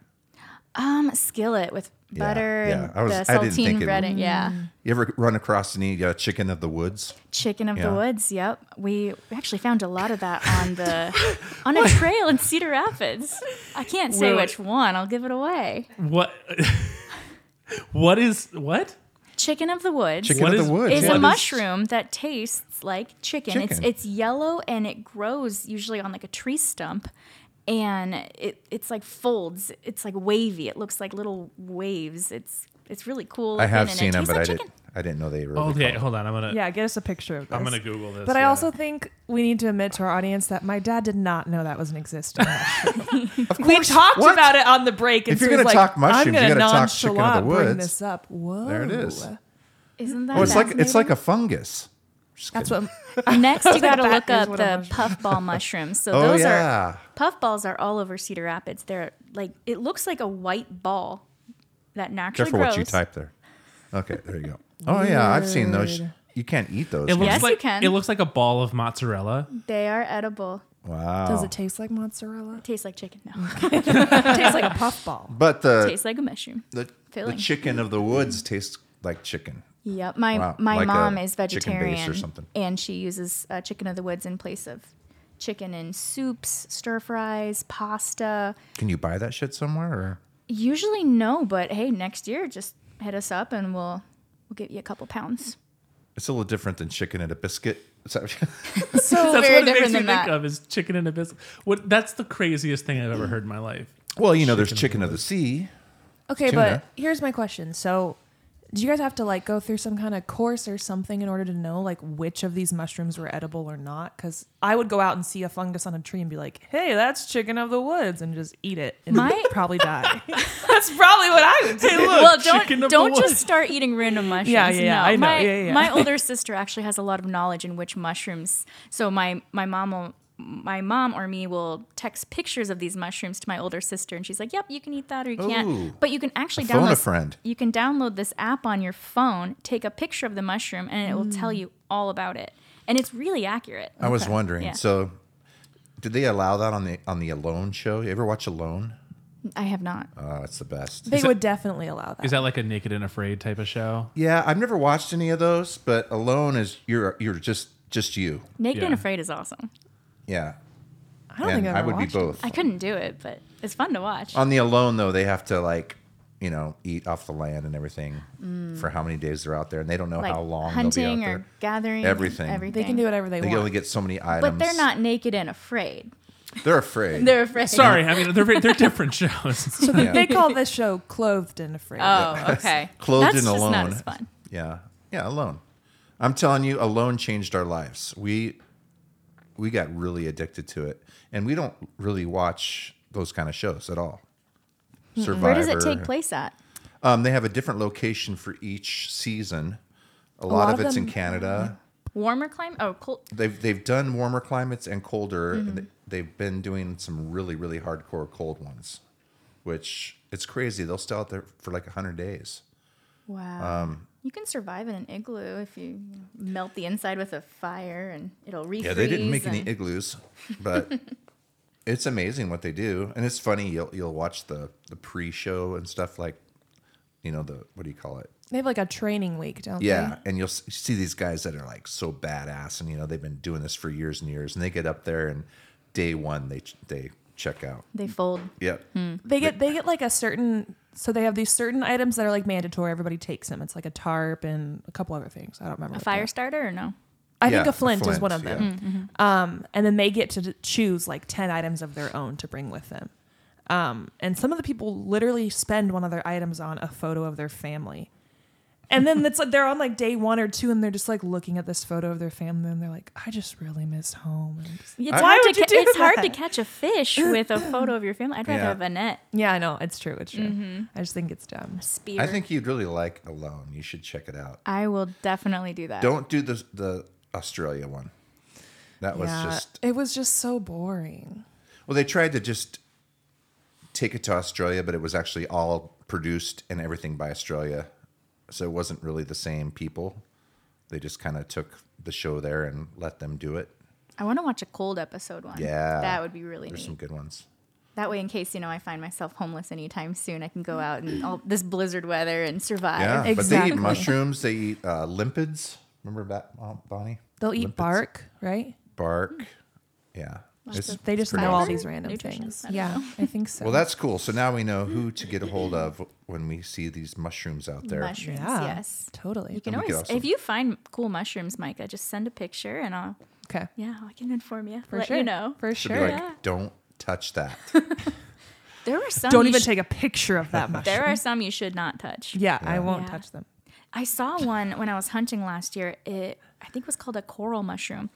Speaker 9: Um, skillet with butter
Speaker 2: yeah.
Speaker 9: and
Speaker 2: I was-
Speaker 9: the
Speaker 2: I didn't think
Speaker 9: saltine
Speaker 2: it
Speaker 9: breading.
Speaker 2: would-
Speaker 9: Yeah,
Speaker 2: You ever run across any uh, chicken of the woods?
Speaker 9: chicken of
Speaker 2: Yeah.
Speaker 9: the woods. Yep, we we actually found a lot of that on the on a trail in Cedar Rapids. I can't say
Speaker 8: Wait, wait.
Speaker 9: which one. I'll give it away.
Speaker 8: What? what is what?
Speaker 9: Chicken of the woods.
Speaker 2: Chicken
Speaker 8: What
Speaker 2: of
Speaker 8: is-
Speaker 2: the woods.
Speaker 9: is
Speaker 8: What
Speaker 9: a
Speaker 8: is-
Speaker 9: mushroom that tastes like chicken. It's
Speaker 2: Chicken.
Speaker 9: it's yellow and it grows usually on like a tree stump and it it's like folds. It's like wavy. It looks like little waves. It's it's really cool.
Speaker 2: I
Speaker 9: looking,
Speaker 2: have
Speaker 9: and
Speaker 2: seen
Speaker 9: it
Speaker 2: them,
Speaker 9: tastes
Speaker 2: but I
Speaker 9: like
Speaker 2: didn't.
Speaker 9: chicken.
Speaker 2: I didn't know they were.
Speaker 8: Okay, hold on. I'm gonna.
Speaker 3: Yeah, get us a picture of this.
Speaker 8: I'm gonna Google this.
Speaker 3: But I
Speaker 8: yeah.
Speaker 3: also think we need to admit to our audience that my dad did not know that was an existing mushroom. we talked
Speaker 2: What?
Speaker 3: about it on the break. And
Speaker 2: If you're
Speaker 3: so he's
Speaker 2: gonna
Speaker 3: like,
Speaker 2: talk mushrooms,
Speaker 3: I'm
Speaker 2: you gotta
Speaker 3: gonna
Speaker 2: talk chicken of the
Speaker 3: nonchalant Bring
Speaker 2: woods.
Speaker 3: this up. Whoa.
Speaker 2: There it is.
Speaker 9: Isn't that
Speaker 2: Well, it's like it's like
Speaker 9: fascinating?
Speaker 2: a fungus. Just
Speaker 3: That's
Speaker 2: kidding.
Speaker 3: what
Speaker 9: Next, you got to
Speaker 3: That
Speaker 9: look
Speaker 3: is
Speaker 9: up
Speaker 3: what a
Speaker 9: the
Speaker 3: mushroom-
Speaker 9: puffball mushrooms. So
Speaker 2: Oh
Speaker 9: those
Speaker 2: yeah.
Speaker 9: are puffballs are all over Cedar Rapids. They're like it looks like a white ball that naturally
Speaker 2: Careful
Speaker 9: grows.
Speaker 2: what you type there. Okay, there you go. Oh yeah, I've seen those. You can't eat those.
Speaker 8: It looks
Speaker 2: now.
Speaker 9: Yes, you
Speaker 8: like
Speaker 9: can.
Speaker 8: it looks like a ball of mozzarella.
Speaker 9: They are edible.
Speaker 2: Wow.
Speaker 3: Does it taste like mozzarella?
Speaker 9: Tastes like chicken. No,
Speaker 3: tastes like a puffball.
Speaker 2: but the
Speaker 9: tastes like a mushroom.
Speaker 2: the, the
Speaker 9: filling.
Speaker 2: chicken of the woods tastes like chicken.
Speaker 9: Yep. My
Speaker 2: Wow,
Speaker 9: my
Speaker 2: like a
Speaker 9: mom is
Speaker 2: chicken base or
Speaker 9: vegetarian
Speaker 2: something.
Speaker 9: and she uses uh, chicken of the woods in place of chicken in soups, stir fries, pasta.
Speaker 2: Can you buy that shit somewhere? Or?
Speaker 9: Usually no, but hey, next year just hit us up and we'll we'll give you a couple pounds.
Speaker 2: It's a little different than chicken and a biscuit. Is that-
Speaker 9: So
Speaker 8: That's
Speaker 9: very
Speaker 8: what it makes
Speaker 9: different
Speaker 8: me think
Speaker 9: than that.
Speaker 8: of is chicken and a biscuit. What? That's the craziest thing I've ever heard in my life.
Speaker 2: well, you know, there's chicken of the sea.
Speaker 3: Okay,
Speaker 2: Tuna.
Speaker 3: but here's my question. So, do you guys have to like go through some kind of course or something in order to know like which of these mushrooms were edible or not? Because I would go out and see a fungus on a tree and be like, "Hey, that's chicken of the woods," and just eat it and
Speaker 9: My-
Speaker 3: probably die. that's probably what I would do.
Speaker 9: well,
Speaker 8: chicken
Speaker 9: don't
Speaker 8: of the
Speaker 9: don't
Speaker 8: woods.
Speaker 9: just start eating random mushrooms.
Speaker 3: Yeah, yeah, yeah,
Speaker 9: no.
Speaker 3: I know.
Speaker 9: My,
Speaker 3: Yeah, yeah.
Speaker 9: my older sister actually has a lot of knowledge in which mushrooms. So my my mom will my mom or me will text pictures of these mushrooms to my older sister, and she's like, "Yep, you can eat that, or you can't."
Speaker 2: Ooh.
Speaker 9: But you can actually
Speaker 2: Phone
Speaker 9: download
Speaker 2: a friend.
Speaker 9: You can download this app on your phone, take a picture of the mushroom, and it will tell
Speaker 3: Mm.
Speaker 9: you all about it. And it's really accurate.
Speaker 2: I was wondering.
Speaker 9: Yeah.
Speaker 2: So, did they allow that on the on the Alone show? You ever watch Alone?
Speaker 9: I have not.
Speaker 2: Oh, it's the best.
Speaker 3: They would definitely allow that.
Speaker 8: Is that like a Naked and Afraid type of show?
Speaker 2: Yeah, I've never watched any of those, but Alone is you're you're just just you.
Speaker 9: Naked and
Speaker 8: Yeah.
Speaker 9: Afraid is awesome.
Speaker 2: Yeah,
Speaker 3: I don't
Speaker 2: and
Speaker 3: think I've
Speaker 2: I
Speaker 3: ever
Speaker 2: would be
Speaker 3: watched it.
Speaker 2: both.
Speaker 9: I couldn't do it, but it's fun to watch.
Speaker 2: On the alone though, they have to like, you know, eat off the land and everything for how many days they're out there, and they don't know
Speaker 9: like
Speaker 2: how long they'll
Speaker 9: hunting
Speaker 2: be out
Speaker 9: or
Speaker 2: there.
Speaker 9: gathering,
Speaker 2: Everything.
Speaker 9: everything.
Speaker 3: They can do whatever they,
Speaker 2: They
Speaker 3: want.
Speaker 2: only get so many items.
Speaker 9: But they're not naked and afraid.
Speaker 2: They're afraid.
Speaker 9: They're afraid.
Speaker 8: Sorry, I mean they're very- they're different shows.
Speaker 2: yeah.
Speaker 3: They call this show "Clothed and Afraid."
Speaker 9: Oh, okay.
Speaker 2: Clothed
Speaker 9: That's
Speaker 2: and
Speaker 9: just not
Speaker 2: alone.
Speaker 9: as fun.
Speaker 2: yeah, yeah, alone. I'm telling you, alone changed our lives. We we got really addicted to it, and we don't really watch those kind of shows at all. Survivor.
Speaker 9: Where does it take place at?
Speaker 2: Um, they have a different location for each season. A, lot,
Speaker 3: lot
Speaker 2: of,
Speaker 3: of
Speaker 2: it's in
Speaker 3: them-
Speaker 2: Canada.
Speaker 9: Warmer climate? Oh, cold.
Speaker 2: they've they've done warmer climates and colder
Speaker 9: Mm-hmm.
Speaker 2: and th- they've been doing some really really hardcore cold ones which it's crazy they'll stay out there for like 100 days
Speaker 9: Wow.
Speaker 2: Um,
Speaker 9: you can survive in an igloo if you melt the inside with a fire and it'll refreeze.
Speaker 2: yeah they didn't make any
Speaker 9: and-
Speaker 2: igloos but it's amazing what they do and it's funny you'll you'll watch the the pre-show and stuff like you know the what do you call it
Speaker 3: They have like a training week, don't
Speaker 2: yeah and you'll s- see these guys that are like so badass and you know they've been doing this for years and years and they get up there and day one they ch- they check out
Speaker 9: They fold.
Speaker 2: yeah
Speaker 3: they? They get they get like a certain. So they have these certain items that are like mandatory. Everybody takes them. It's like a tarp and a couple other things. I don't remember.
Speaker 9: A
Speaker 3: what they
Speaker 9: fire
Speaker 3: are.
Speaker 9: starter or no?
Speaker 3: I
Speaker 2: Yeah,
Speaker 3: think a flint, is one of
Speaker 2: flint,
Speaker 3: them. Um, and then they get to d- choose like 10 items of their own to bring with them. Um, and some of the people literally spend one of their items on a photo of their family. And then it's like they're on like day one or two and they're just like looking at this photo of their family and they're like, I just really miss home. And just-
Speaker 9: It's,
Speaker 3: Why
Speaker 9: hard,
Speaker 3: would
Speaker 9: to
Speaker 3: you
Speaker 9: ca-
Speaker 3: do
Speaker 9: it's hard to
Speaker 3: that?
Speaker 9: catch a fish with a photo of your family. I'd rather
Speaker 2: Yeah.
Speaker 9: have a net,
Speaker 3: yeah, I know. It's true. It's true.
Speaker 9: Mm-hmm.
Speaker 3: I just think it's dumb.
Speaker 9: spear.
Speaker 2: I think you'd really like Alone. You should check it out.
Speaker 9: I will definitely do that.
Speaker 2: Don't do the the Australia one. That was
Speaker 3: yeah.
Speaker 2: just
Speaker 3: it was just so boring.
Speaker 2: Well, they tried to just take it to Australia, but it was actually all produced and everything by Australia. So it wasn't really the same people. They just kind of took the show there and let them do it.
Speaker 9: I want to watch a cold episode one.
Speaker 2: Yeah.
Speaker 9: That would be really
Speaker 2: There's
Speaker 9: neat.
Speaker 2: some good ones.
Speaker 9: That way, in case you know I find myself homeless anytime soon, I can go out in all this blizzard weather and survive.
Speaker 2: Yeah, but they
Speaker 3: Exactly.
Speaker 2: eat mushrooms. They eat uh, limpets. Remember that, Mom- Bonnie?
Speaker 3: They'll eat
Speaker 2: Limpets.
Speaker 3: bark, right?
Speaker 2: bark. Yeah. It's
Speaker 3: They just know
Speaker 2: pretty
Speaker 3: all
Speaker 2: awesome.
Speaker 3: these random
Speaker 9: Nutrition?
Speaker 3: things.
Speaker 9: I don't
Speaker 3: Yeah, I think so.
Speaker 2: Well, that's cool. So now we know who to get a hold of when we see these mushrooms out there.
Speaker 9: mushrooms,
Speaker 3: yeah,
Speaker 9: yes.
Speaker 3: totally.
Speaker 9: You can
Speaker 2: And we
Speaker 9: always,
Speaker 2: could also-
Speaker 9: if you find cool mushrooms, Micah, just send a picture and I'll,
Speaker 3: Okay,
Speaker 9: yeah, I can inform you.
Speaker 3: for
Speaker 9: let
Speaker 3: sure.
Speaker 9: you know.
Speaker 3: for
Speaker 2: Should be
Speaker 3: sure.
Speaker 2: like, don't touch that.
Speaker 9: There are some.
Speaker 3: Don't
Speaker 9: you
Speaker 3: even
Speaker 9: sh-
Speaker 3: take a picture of that mushroom.
Speaker 9: There are some you should not touch.
Speaker 3: yeah, I won't
Speaker 9: Yeah.
Speaker 3: touch them.
Speaker 9: I saw one when I was hunting last year. It I think it was called a coral mushroom,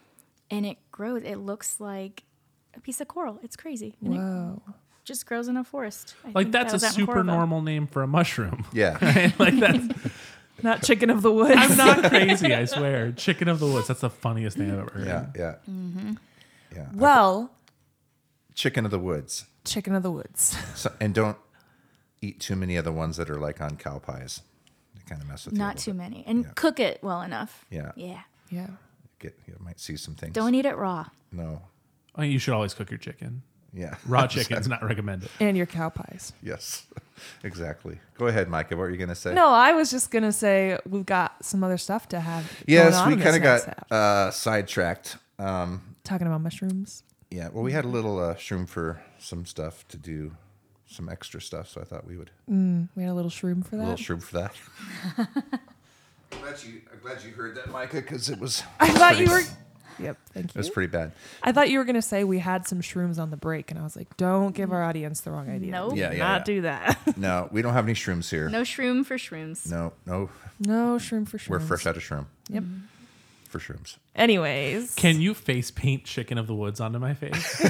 Speaker 9: and it grows. It looks like a piece of coral. It's crazy. And it
Speaker 3: Whoa.
Speaker 9: just grows in a forest. I
Speaker 8: Like
Speaker 9: think
Speaker 8: that's
Speaker 9: that
Speaker 8: a
Speaker 9: was out in
Speaker 8: super
Speaker 9: Corvo.
Speaker 8: normal name for a mushroom.
Speaker 2: Yeah.
Speaker 8: like that's
Speaker 3: Not chicken of the woods.
Speaker 8: I'm not crazy, I swear. Chicken of the woods. That's the funniest name I've ever heard.
Speaker 2: yeah. Yeah.
Speaker 3: Mm-hmm.
Speaker 2: Yeah.
Speaker 3: well,
Speaker 2: Chicken of the woods.
Speaker 3: chicken of the woods.
Speaker 2: So, and don't eat too many of the ones that are like on cow pies. They kind of mess with you. a
Speaker 9: Not
Speaker 2: little
Speaker 9: too
Speaker 2: bit.
Speaker 9: many, and cook it well enough.
Speaker 2: Yeah.
Speaker 9: Yeah.
Speaker 3: Yeah.
Speaker 2: Get, you might see some things.
Speaker 9: Don't eat it raw.
Speaker 2: No.
Speaker 8: Oh, you should always cook your chicken.
Speaker 2: Yeah.
Speaker 8: Raw chicken's not recommended.
Speaker 3: And your cow pies.
Speaker 2: yes. Exactly. Go ahead, Micah. What were you going to say?
Speaker 3: No, I was just gonna say we've got some other stuff to have.
Speaker 2: Yes,
Speaker 3: going on
Speaker 2: we
Speaker 3: in this
Speaker 2: kind of
Speaker 3: next
Speaker 2: got
Speaker 3: half.
Speaker 2: uh, sidetracked. Um,
Speaker 3: talking about mushrooms.
Speaker 2: yeah, well, we had a little uh, shroom for some stuff to do, some extra stuff. So I thought we would
Speaker 3: We had a little shroom for
Speaker 2: a little
Speaker 3: that.
Speaker 2: shroom for that. I'm glad you, I'm glad you heard that, Micah, because it was
Speaker 3: I thought you
Speaker 2: pretty-
Speaker 3: were.
Speaker 2: it
Speaker 3: Yep, thank you.
Speaker 2: was pretty bad.
Speaker 3: I thought you were gonna say we had some shrooms on the break, and I was like, "Don't give our audience the wrong idea.
Speaker 9: No.
Speaker 2: Yeah, yeah,
Speaker 3: not
Speaker 2: yeah.
Speaker 3: do that.
Speaker 2: No, we don't have any shrooms here.
Speaker 9: No shroom for shrooms.
Speaker 2: no, no,
Speaker 3: no shroom for shrooms.
Speaker 2: we're fresh out of shroom
Speaker 3: Yep.
Speaker 2: for shrooms.
Speaker 3: Anyways,
Speaker 8: Can you face paint chicken of the woods onto my face?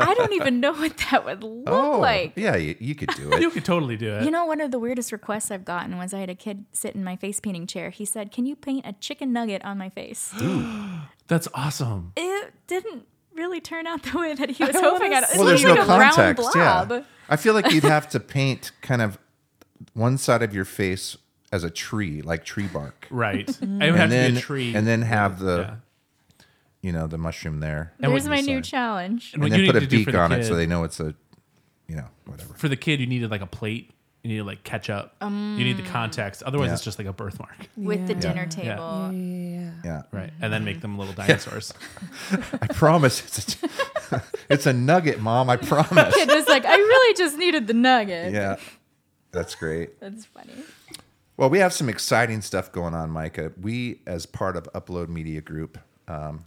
Speaker 9: I don't even know what that would look like.
Speaker 2: Oh, yeah, you, you could do
Speaker 8: you
Speaker 2: it.
Speaker 8: could totally do it.
Speaker 9: You know, one of the weirdest requests I've gotten was I had a kid sit in my face painting chair. He said, "Can you paint a chicken nugget on my face?"
Speaker 8: That's awesome.
Speaker 9: it didn't really turn out the way that he was
Speaker 3: I
Speaker 9: hoping.
Speaker 3: wanna
Speaker 9: It
Speaker 2: well,
Speaker 9: looked
Speaker 2: there's
Speaker 9: like
Speaker 2: no
Speaker 9: a brown
Speaker 2: context.
Speaker 9: blob.
Speaker 2: Yeah, I feel like you'd have to paint kind of one side of your face as a tree, like tree bark.
Speaker 8: Right. It would have to be a tree.
Speaker 2: and then have the
Speaker 8: yeah.
Speaker 2: you know the mushroom there, and,
Speaker 8: And
Speaker 9: There's
Speaker 8: what-
Speaker 9: my new
Speaker 8: sorry.
Speaker 9: challenge.
Speaker 8: And what
Speaker 2: then
Speaker 8: you
Speaker 2: put
Speaker 8: need
Speaker 2: a
Speaker 8: to do
Speaker 2: beak
Speaker 8: for the
Speaker 2: on it so
Speaker 8: kid-
Speaker 2: they know it's a you know whatever.
Speaker 8: for the kid, you needed like a plate. You needed like ketchup. you need
Speaker 3: Mm.
Speaker 8: the context. Otherwise,
Speaker 2: Yeah.
Speaker 8: it's just like a birthmark.
Speaker 9: With the
Speaker 3: Yeah.
Speaker 9: dinner table.
Speaker 3: Yeah.
Speaker 2: Yeah,
Speaker 8: Right. And then make them little dinosaurs.
Speaker 2: I promise it's a, it's a nugget, mom. I promise.
Speaker 9: Kid was like, I really just needed the nugget.
Speaker 2: yeah, that's great.
Speaker 9: That's funny.
Speaker 2: Well, we have some exciting stuff going on, Micah. We, as part of Upload Media Group, um,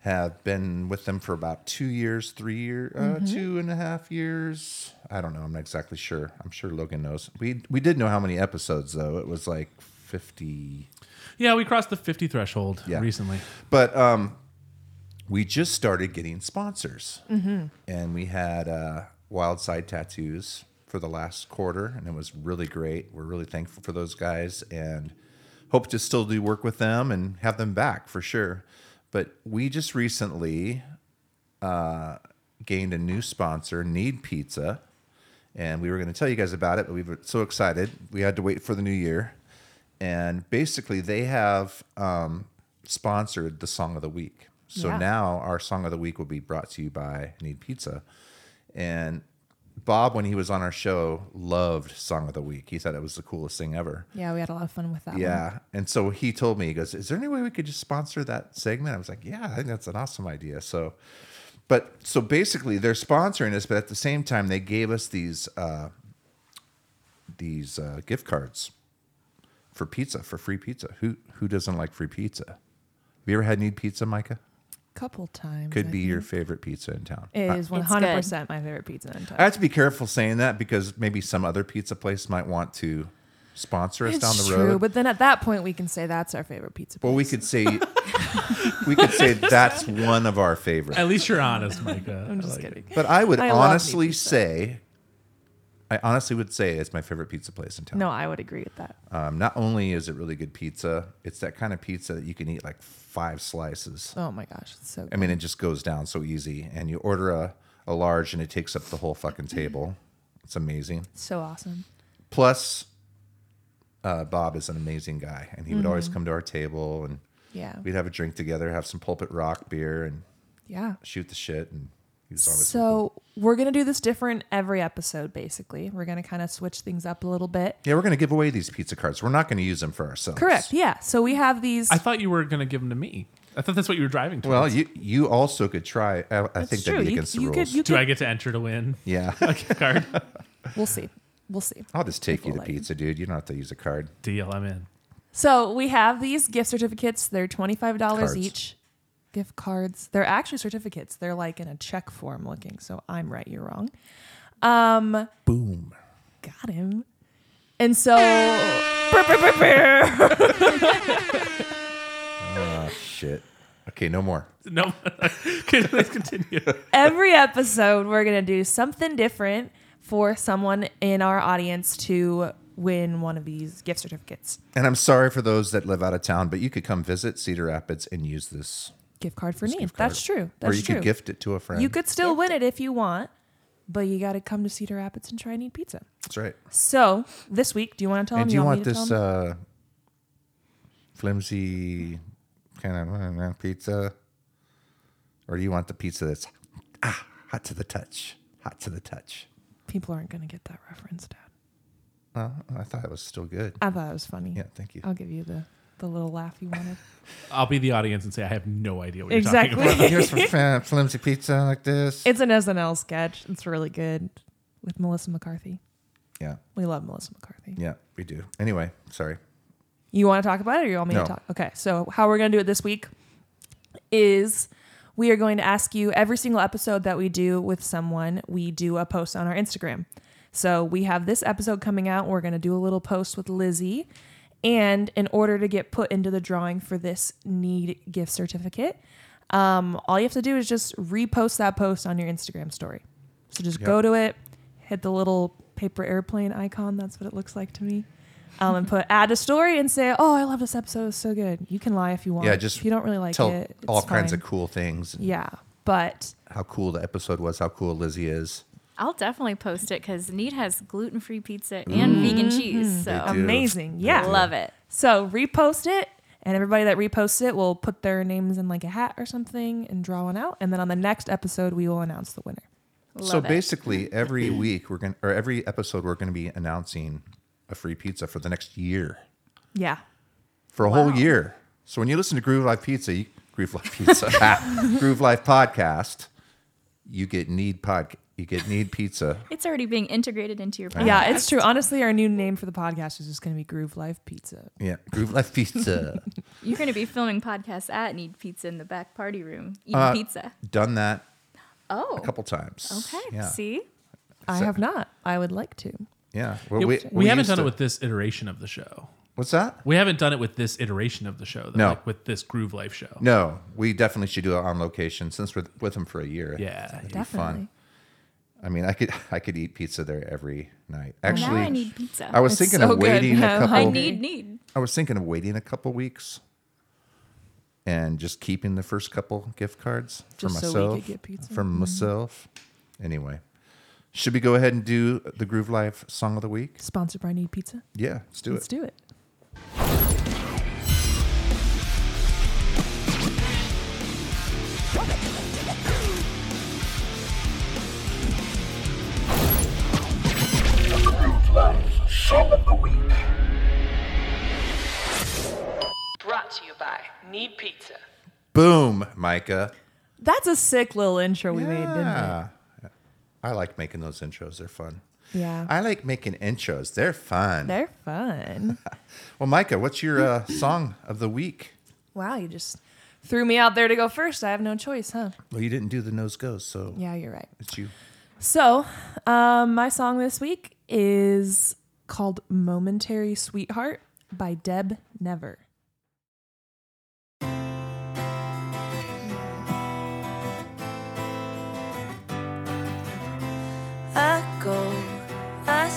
Speaker 2: have been with them for about two years, three year, uh, two and a half years. I don't know. I'm not exactly sure. I'm sure Logan knows. We we did know how many episodes though. It was like fifty.
Speaker 8: yeah, we crossed the 50 threshold
Speaker 2: Yeah.
Speaker 8: recently.
Speaker 2: But um, we just started getting sponsors, Mm-hmm. and we had uh, Wild Side Tattoos for the last quarter, and it was really great. We're really thankful for those guys, and hope to still do work with them and have them back for sure. But we just recently uh, gained a new sponsor, Need Pizza, and we were going to tell you guys about it, but we were so excited. We had to wait for the new year, and basically they have um, sponsored the song of the week. So now our song of the week will be brought to you by Need Pizza, and Bob, when he was on our show, loved song of the week. He thought it was the coolest thing ever.
Speaker 3: Yeah, we had a lot of fun with that. one.
Speaker 2: Yeah. And so he told me, he goes, Is there any way we could just sponsor that segment? I was like, Yeah, I think that's an awesome idea. So, but so basically they're sponsoring us, but at the same time, they gave us these, uh, these uh, gift cards for pizza, for free pizza. Who, who doesn't like free pizza? Have you ever had need pizza, Micah?
Speaker 3: couple times.
Speaker 2: Could
Speaker 3: I
Speaker 2: be your favorite pizza in town.
Speaker 3: It
Speaker 2: I-
Speaker 3: is one hundred percent my favorite pizza in town.
Speaker 2: I have to be careful saying that because maybe some other pizza place might want to sponsor us down
Speaker 3: It's
Speaker 2: the road.
Speaker 3: true, but then at that point we can say that's our favorite pizza.
Speaker 2: Well, we could say we could say that's one of our favorites.
Speaker 8: At least you're honest, Micah.
Speaker 3: I'm just kidding.
Speaker 2: But I would
Speaker 3: I love meat
Speaker 2: honestly
Speaker 3: pizza.
Speaker 2: say I honestly would say it's my favorite pizza place in town.
Speaker 3: No, I would agree with that.
Speaker 2: Um, not only is it really good pizza, it's that kind of pizza that you can eat like five slices.
Speaker 3: Oh my gosh, it's so
Speaker 2: I
Speaker 3: good.
Speaker 2: mean, it just goes down so easy. And you order a, a large and it takes up the whole fucking table. It's amazing.
Speaker 3: so awesome.
Speaker 2: Plus, uh, Bob is an amazing guy, and he would always come to our table, and
Speaker 3: Mm-hmm. Yeah.
Speaker 2: we'd have a drink together, have some pulpit rock beer, and
Speaker 3: Yeah.
Speaker 2: shoot the shit. And he was always
Speaker 3: So we're gonna do this different every episode. Basically, we're gonna kind of switch things up a little bit.
Speaker 2: yeah, we're gonna give away these pizza cards. We're not gonna use them for ourselves.
Speaker 3: Correct. Yeah. So we have these.
Speaker 8: I thought you were going to give them to me. I thought that's what you were driving to.
Speaker 2: Well, you you also could try. I, I think that'd be
Speaker 3: You,
Speaker 2: against the
Speaker 3: you
Speaker 2: rules.
Speaker 3: could. You
Speaker 8: Do
Speaker 3: could.
Speaker 8: I get to enter to win?
Speaker 2: yeah,
Speaker 8: Card
Speaker 3: We'll see. We'll see.
Speaker 2: I'll just take you to
Speaker 3: People like-
Speaker 2: pizza, dude. You don't have to use a card.
Speaker 8: deal. I'm in.
Speaker 3: So we have these gift certificates. They're twenty five dollars
Speaker 2: Cards.
Speaker 3: each. Gift cards. They're actually certificates. They're like in a check form looking. So I'm right. You're wrong. Um,
Speaker 2: Boom.
Speaker 3: got him. And so. Brr, brr, brr, brr.
Speaker 2: Ah, Shit. Okay, no more.
Speaker 8: No, okay, let's continue.
Speaker 3: every episode we're gonna do something different for someone in our audience to win one of these gift certificates
Speaker 2: And I'm sorry for those that live out of town, but you could come visit Cedar Rapids and use this.
Speaker 3: gift card for me
Speaker 2: gift card.
Speaker 3: that's true
Speaker 2: or
Speaker 3: that's
Speaker 2: you
Speaker 3: true
Speaker 2: could gift it to a friend.
Speaker 3: you could still win it if you want but you gotta come to cedar rapids and try and eat pizza
Speaker 2: That's right.
Speaker 3: so this week do you want to tell
Speaker 2: And
Speaker 3: them
Speaker 2: do you
Speaker 3: want
Speaker 2: want
Speaker 3: me to tell
Speaker 2: this
Speaker 3: them?
Speaker 2: uh, flimsy kind of uh, pizza, or do you want the pizza that's ah, hot to the touch? Hot to the touch.
Speaker 3: people aren't gonna get that reference dad
Speaker 2: Well, I thought it was still good.
Speaker 3: i thought it was funny
Speaker 2: Yeah, thank you.
Speaker 3: i'll give you the the little laugh you wanted
Speaker 8: I'll be the audience and say I have no idea what you're talking
Speaker 3: exactly
Speaker 8: about.
Speaker 2: Here's for fl- flimsy pizza like this.
Speaker 3: it's an snl sketch it's really good with melissa mccarthy
Speaker 2: yeah,
Speaker 3: we love melissa mccarthy
Speaker 2: yeah, we do. Anyway, sorry.
Speaker 3: You want to talk about it or you want me
Speaker 2: No.
Speaker 3: to talk? Okay. So, how we're going to do it this week is we are going to ask you every single episode that we do with someone, we do a post on our Instagram. So, we have this episode coming out. We're going to do a little post with Lizzie. And in order to get put into the drawing for this need gift certificate, um, all you have to do is just repost that post on your Instagram story. So, just go to it, hit the little paper airplane icon. That's what it looks like to me um, and put add a story and say, "Oh, I love this episode. It's so good." You can lie if you want.
Speaker 2: Yeah, just
Speaker 3: if you don't really like
Speaker 2: tell
Speaker 3: it. It's
Speaker 2: all kinds of
Speaker 3: fine.
Speaker 2: cool things. and
Speaker 3: Yeah, but
Speaker 2: How cool the episode was. How cool Lizzie is.
Speaker 9: I'll definitely post it because Need has gluten free pizza and vegan cheese. So
Speaker 2: Mm-hmm. do.
Speaker 3: amazing. Yeah,
Speaker 9: love it.
Speaker 3: So repost it, and everybody that reposts it will put their names in like a hat or something and draw one out, and then on the next episode we will announce the winner.
Speaker 9: Love
Speaker 2: so
Speaker 9: it.
Speaker 2: basically, every
Speaker 8: Mm-hmm.
Speaker 2: week we're going to, or every episode, we're going to be announcing a free pizza for the next year,
Speaker 3: Yeah.
Speaker 2: for a whole year. So when you listen to Groove Life Pizza, you, Groove Life Pizza, ah, Groove Life Podcast, you get need pod, you get need pizza.
Speaker 9: it's already being integrated into your podcast.
Speaker 3: Yeah, it's true. Honestly, our new name for the podcast is just going to be Groove Life Pizza.
Speaker 2: Yeah, Groove Life Pizza.
Speaker 9: You're going to be filming podcasts at Need Pizza in the back party room, eating pizza.
Speaker 2: Done that
Speaker 9: Oh,
Speaker 2: Uh, a couple times.
Speaker 9: okay.
Speaker 2: Yeah.
Speaker 9: See,
Speaker 3: I
Speaker 2: So-
Speaker 3: have not. I would like to.
Speaker 2: Yeah. Well,
Speaker 8: we, haven't
Speaker 2: used
Speaker 8: done
Speaker 2: to-
Speaker 8: it with this iteration of the show.
Speaker 2: What's that?
Speaker 8: We haven't done it with this iteration of the show. Though,
Speaker 2: No.
Speaker 8: like with this Groove Life show.
Speaker 2: No, we definitely should do it on location since we're with them for a year.
Speaker 8: Yeah.
Speaker 2: It'd be
Speaker 3: Definitely.
Speaker 2: fun. I mean, I could I could eat pizza there every night.
Speaker 9: now
Speaker 2: Actually,
Speaker 9: I need pizza.
Speaker 2: I was
Speaker 3: It's
Speaker 2: thinking
Speaker 3: so
Speaker 2: of
Speaker 3: good.
Speaker 2: waiting a
Speaker 3: No,
Speaker 2: couple.
Speaker 9: I
Speaker 3: Oh.
Speaker 9: need need.
Speaker 2: I was thinking of waiting a couple weeks, and just keeping the first couple gift cards for
Speaker 3: Just so we
Speaker 2: myself.
Speaker 3: could get pizza. Mm-hmm.
Speaker 2: For myself, anyway. Should we go ahead and do the Groove Life song of the week?
Speaker 3: Sponsored by Need Pizza.
Speaker 2: Yeah, let's do
Speaker 3: Let's
Speaker 2: it.
Speaker 3: do it.
Speaker 5: Brought to you by Need Pizza.
Speaker 2: Boom, Micah.
Speaker 3: That's a sick little intro we made, didn't we?
Speaker 2: Yeah. I like making those intros. They're fun.
Speaker 3: Yeah.
Speaker 2: I like making intros. They're fun.
Speaker 3: They're fun.
Speaker 2: well, Micah, what's your uh, song of the week?
Speaker 3: wow, you just threw me out there to go first. I have no choice, huh?
Speaker 2: Well, you didn't do the nose goes, so
Speaker 3: Yeah, you're right.
Speaker 2: it's you.
Speaker 3: So, um, my song this week is called Momentary Sweetheart by Deb Never.
Speaker 5: I go, I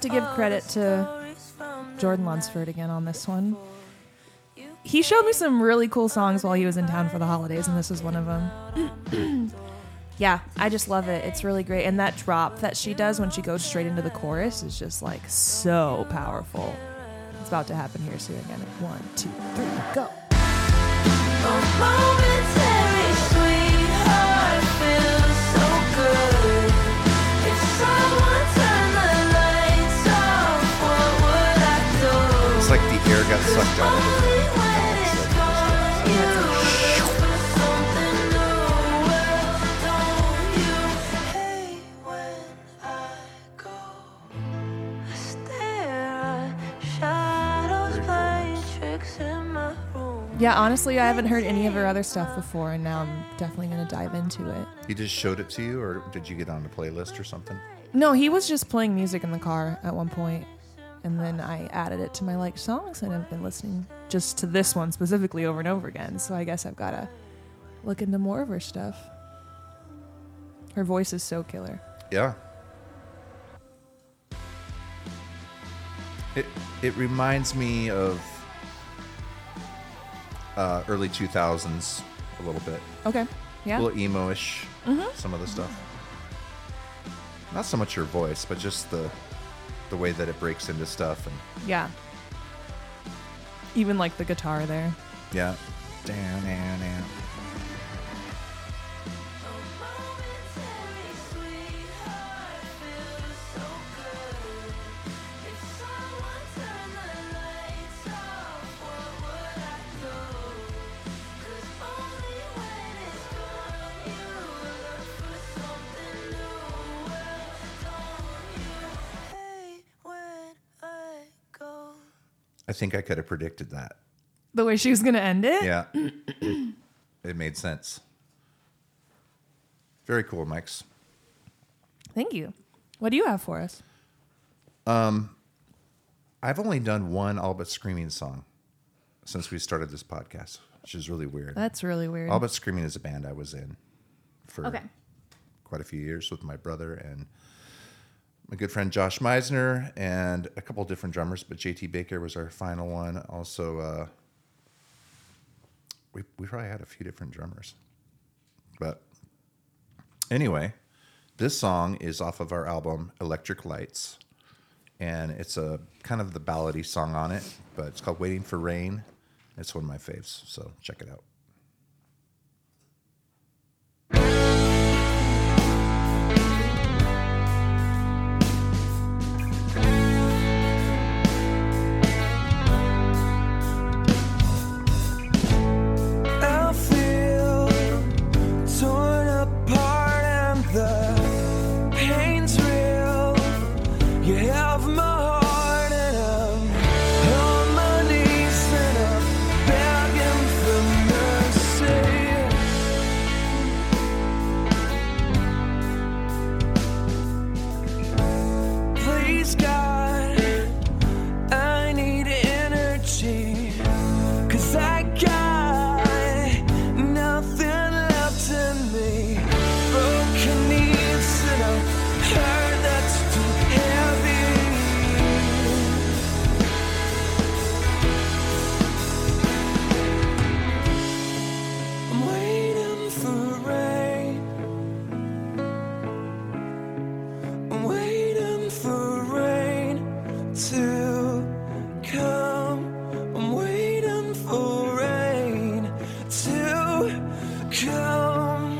Speaker 3: to give credit to Jordan Lunsford again on this one. He showed me some really cool songs while he was in town for the holidays, and this is one of them. yeah, I just love it. It's really great. And that drop that she does when she goes straight into the chorus is just like so powerful. It's about to happen here soon again. One, two, three, go.
Speaker 2: It's like the air got sucked out of it.
Speaker 3: Yeah, honestly, I haven't heard any of her other stuff before, and now I'm definitely going to dive into it.
Speaker 2: He just showed it to you, or did you get on the playlist or something?
Speaker 3: No, he was just playing music in the car at one point, and then I added it to my like songs, and I've been listening just to this one specifically over and over again. So I guess I've got to look into more of her stuff. Her voice is so killer.
Speaker 2: Yeah. It it reminds me of uh, early two thousands a little bit,
Speaker 3: Okay,
Speaker 2: a
Speaker 3: yeah,
Speaker 2: little emo-ish. Some of the stuff. Not so much her voice, but just the the way that it breaks into stuff and
Speaker 3: yeah. Even like the guitar there.
Speaker 2: yeah. Down, down, down. I think I could have predicted that.
Speaker 3: The way she was gonna end it.
Speaker 2: Yeah. it made sense. Very cool, Mike's.
Speaker 3: Thank you. What do you have for us?
Speaker 2: I've only done one all but screaming song since we started this podcast, which is really weird.
Speaker 3: That's really weird.
Speaker 2: all but screaming is a band I was in for
Speaker 9: Okay.
Speaker 2: quite a few years with my brother and my good friend Josh Meisner and a couple different drummers, but JT Baker was our final one. Also, uh, we, we probably had a few different drummers. But anyway, this song is off of our album Electric Lights. And it's a kind of the ballady song on it, but it's called Waiting for Rain. It's one of my faves, so check it out.
Speaker 6: I feel torn apart and the pain's real. You have my heart and I'm on my knees and I'm begging for mercy. Please, God, I need energy. Cause I got nothing left in me. Broken knees and a hurt that's too heavy. I'm waiting for rain. I'm waiting for rain to come. I'm waiting for rain to come.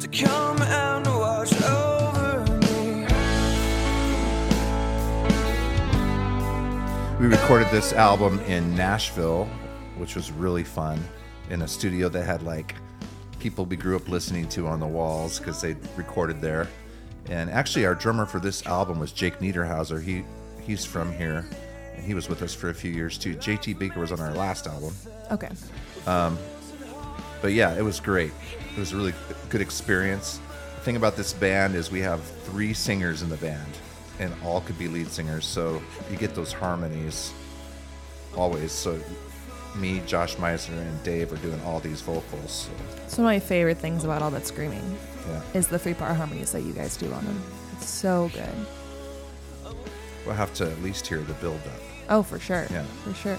Speaker 6: To come and watch over me.
Speaker 2: We recorded this album in Nashville, which was really fun, in a studio that had like people we grew up listening to on the walls because they recorded there. And actually, our drummer for this album was Jake Niederhauser. He he's from here, and he was with us for a few years too. JT Baker was on our last album,
Speaker 3: Okay.
Speaker 2: but yeah, it was great. It was a really good experience. The thing about this band is we have three singers in the band, and all could be lead singers, so you get those harmonies always. So me, Josh Meiser, and Dave are doing all these vocals. So,
Speaker 3: So one of my favorite things about all that screaming
Speaker 2: yeah,
Speaker 3: is the three part harmonies that you guys do on them. It's so good.
Speaker 2: We'll have to at least hear the build up.
Speaker 3: Oh, for sure.
Speaker 2: Yeah.
Speaker 3: For sure.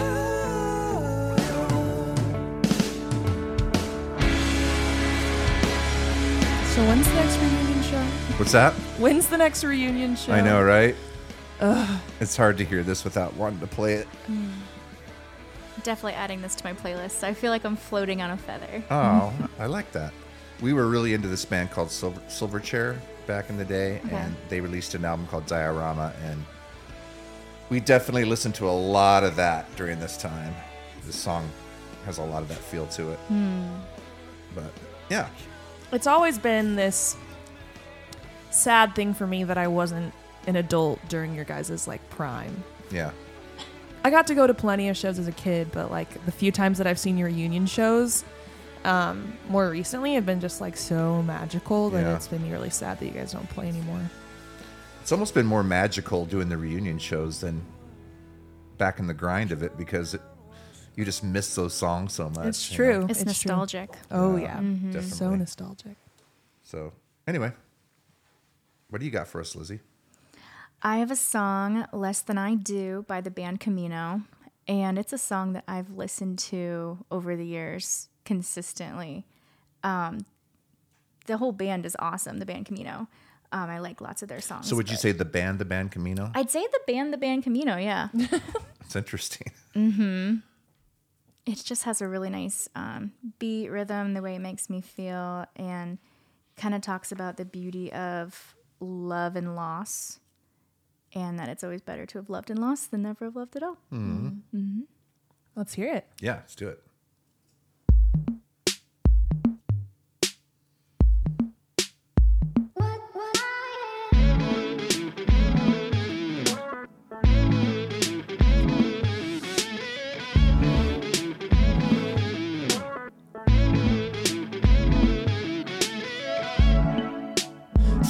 Speaker 6: Oh.
Speaker 3: So when's the next reunion show?
Speaker 2: What's that?
Speaker 3: When's the next reunion show?
Speaker 2: I know, right? It's hard to hear this without wanting to play it.
Speaker 9: Definitely adding this to my playlist. I feel like I'm floating on a feather.
Speaker 2: Oh, I like that. We were really into this band called Silver Silverchair back in the day, and they released an album called Diorama, and we definitely listened to a lot of that during this time. The song has a lot of that feel to it.
Speaker 3: Hmm.
Speaker 2: But yeah,
Speaker 3: It's always been this sad thing for me that I wasn't an adult during your guys' like prime.
Speaker 2: yeah,
Speaker 3: I got to go to plenty of shows as a kid, but like the few times that I've seen your reunion shows um, more recently have been just like so magical that
Speaker 2: Yeah.
Speaker 3: it's been really sad that you guys don't play anymore.
Speaker 2: it's almost been more magical doing the reunion shows than back in the grind of it because it, you just miss those songs so much.
Speaker 3: It's
Speaker 2: you know?
Speaker 3: true.
Speaker 9: It's,
Speaker 3: true.
Speaker 9: nostalgic. Mm.
Speaker 3: Oh yeah, so
Speaker 2: Definitely.
Speaker 3: nostalgic.
Speaker 2: So anyway, what do you got for us, Lizzie?
Speaker 9: I have a song, Less Than I Do, by the band Camino. And it's a song that I've listened to over the years consistently. Um, the whole band is awesome, the band Camino. Um, I like lots of their songs.
Speaker 2: So would you
Speaker 9: but-
Speaker 2: say the band, the band Camino?
Speaker 9: I'd say the band, the band Camino, yeah.
Speaker 2: It's interesting.
Speaker 9: it just has a really nice um, beat rhythm the way it makes me feel and kind of talks about the beauty of love and loss and that it's always better to have loved and lost than never have loved at all
Speaker 3: Let's hear it.
Speaker 2: Yeah, let's do it.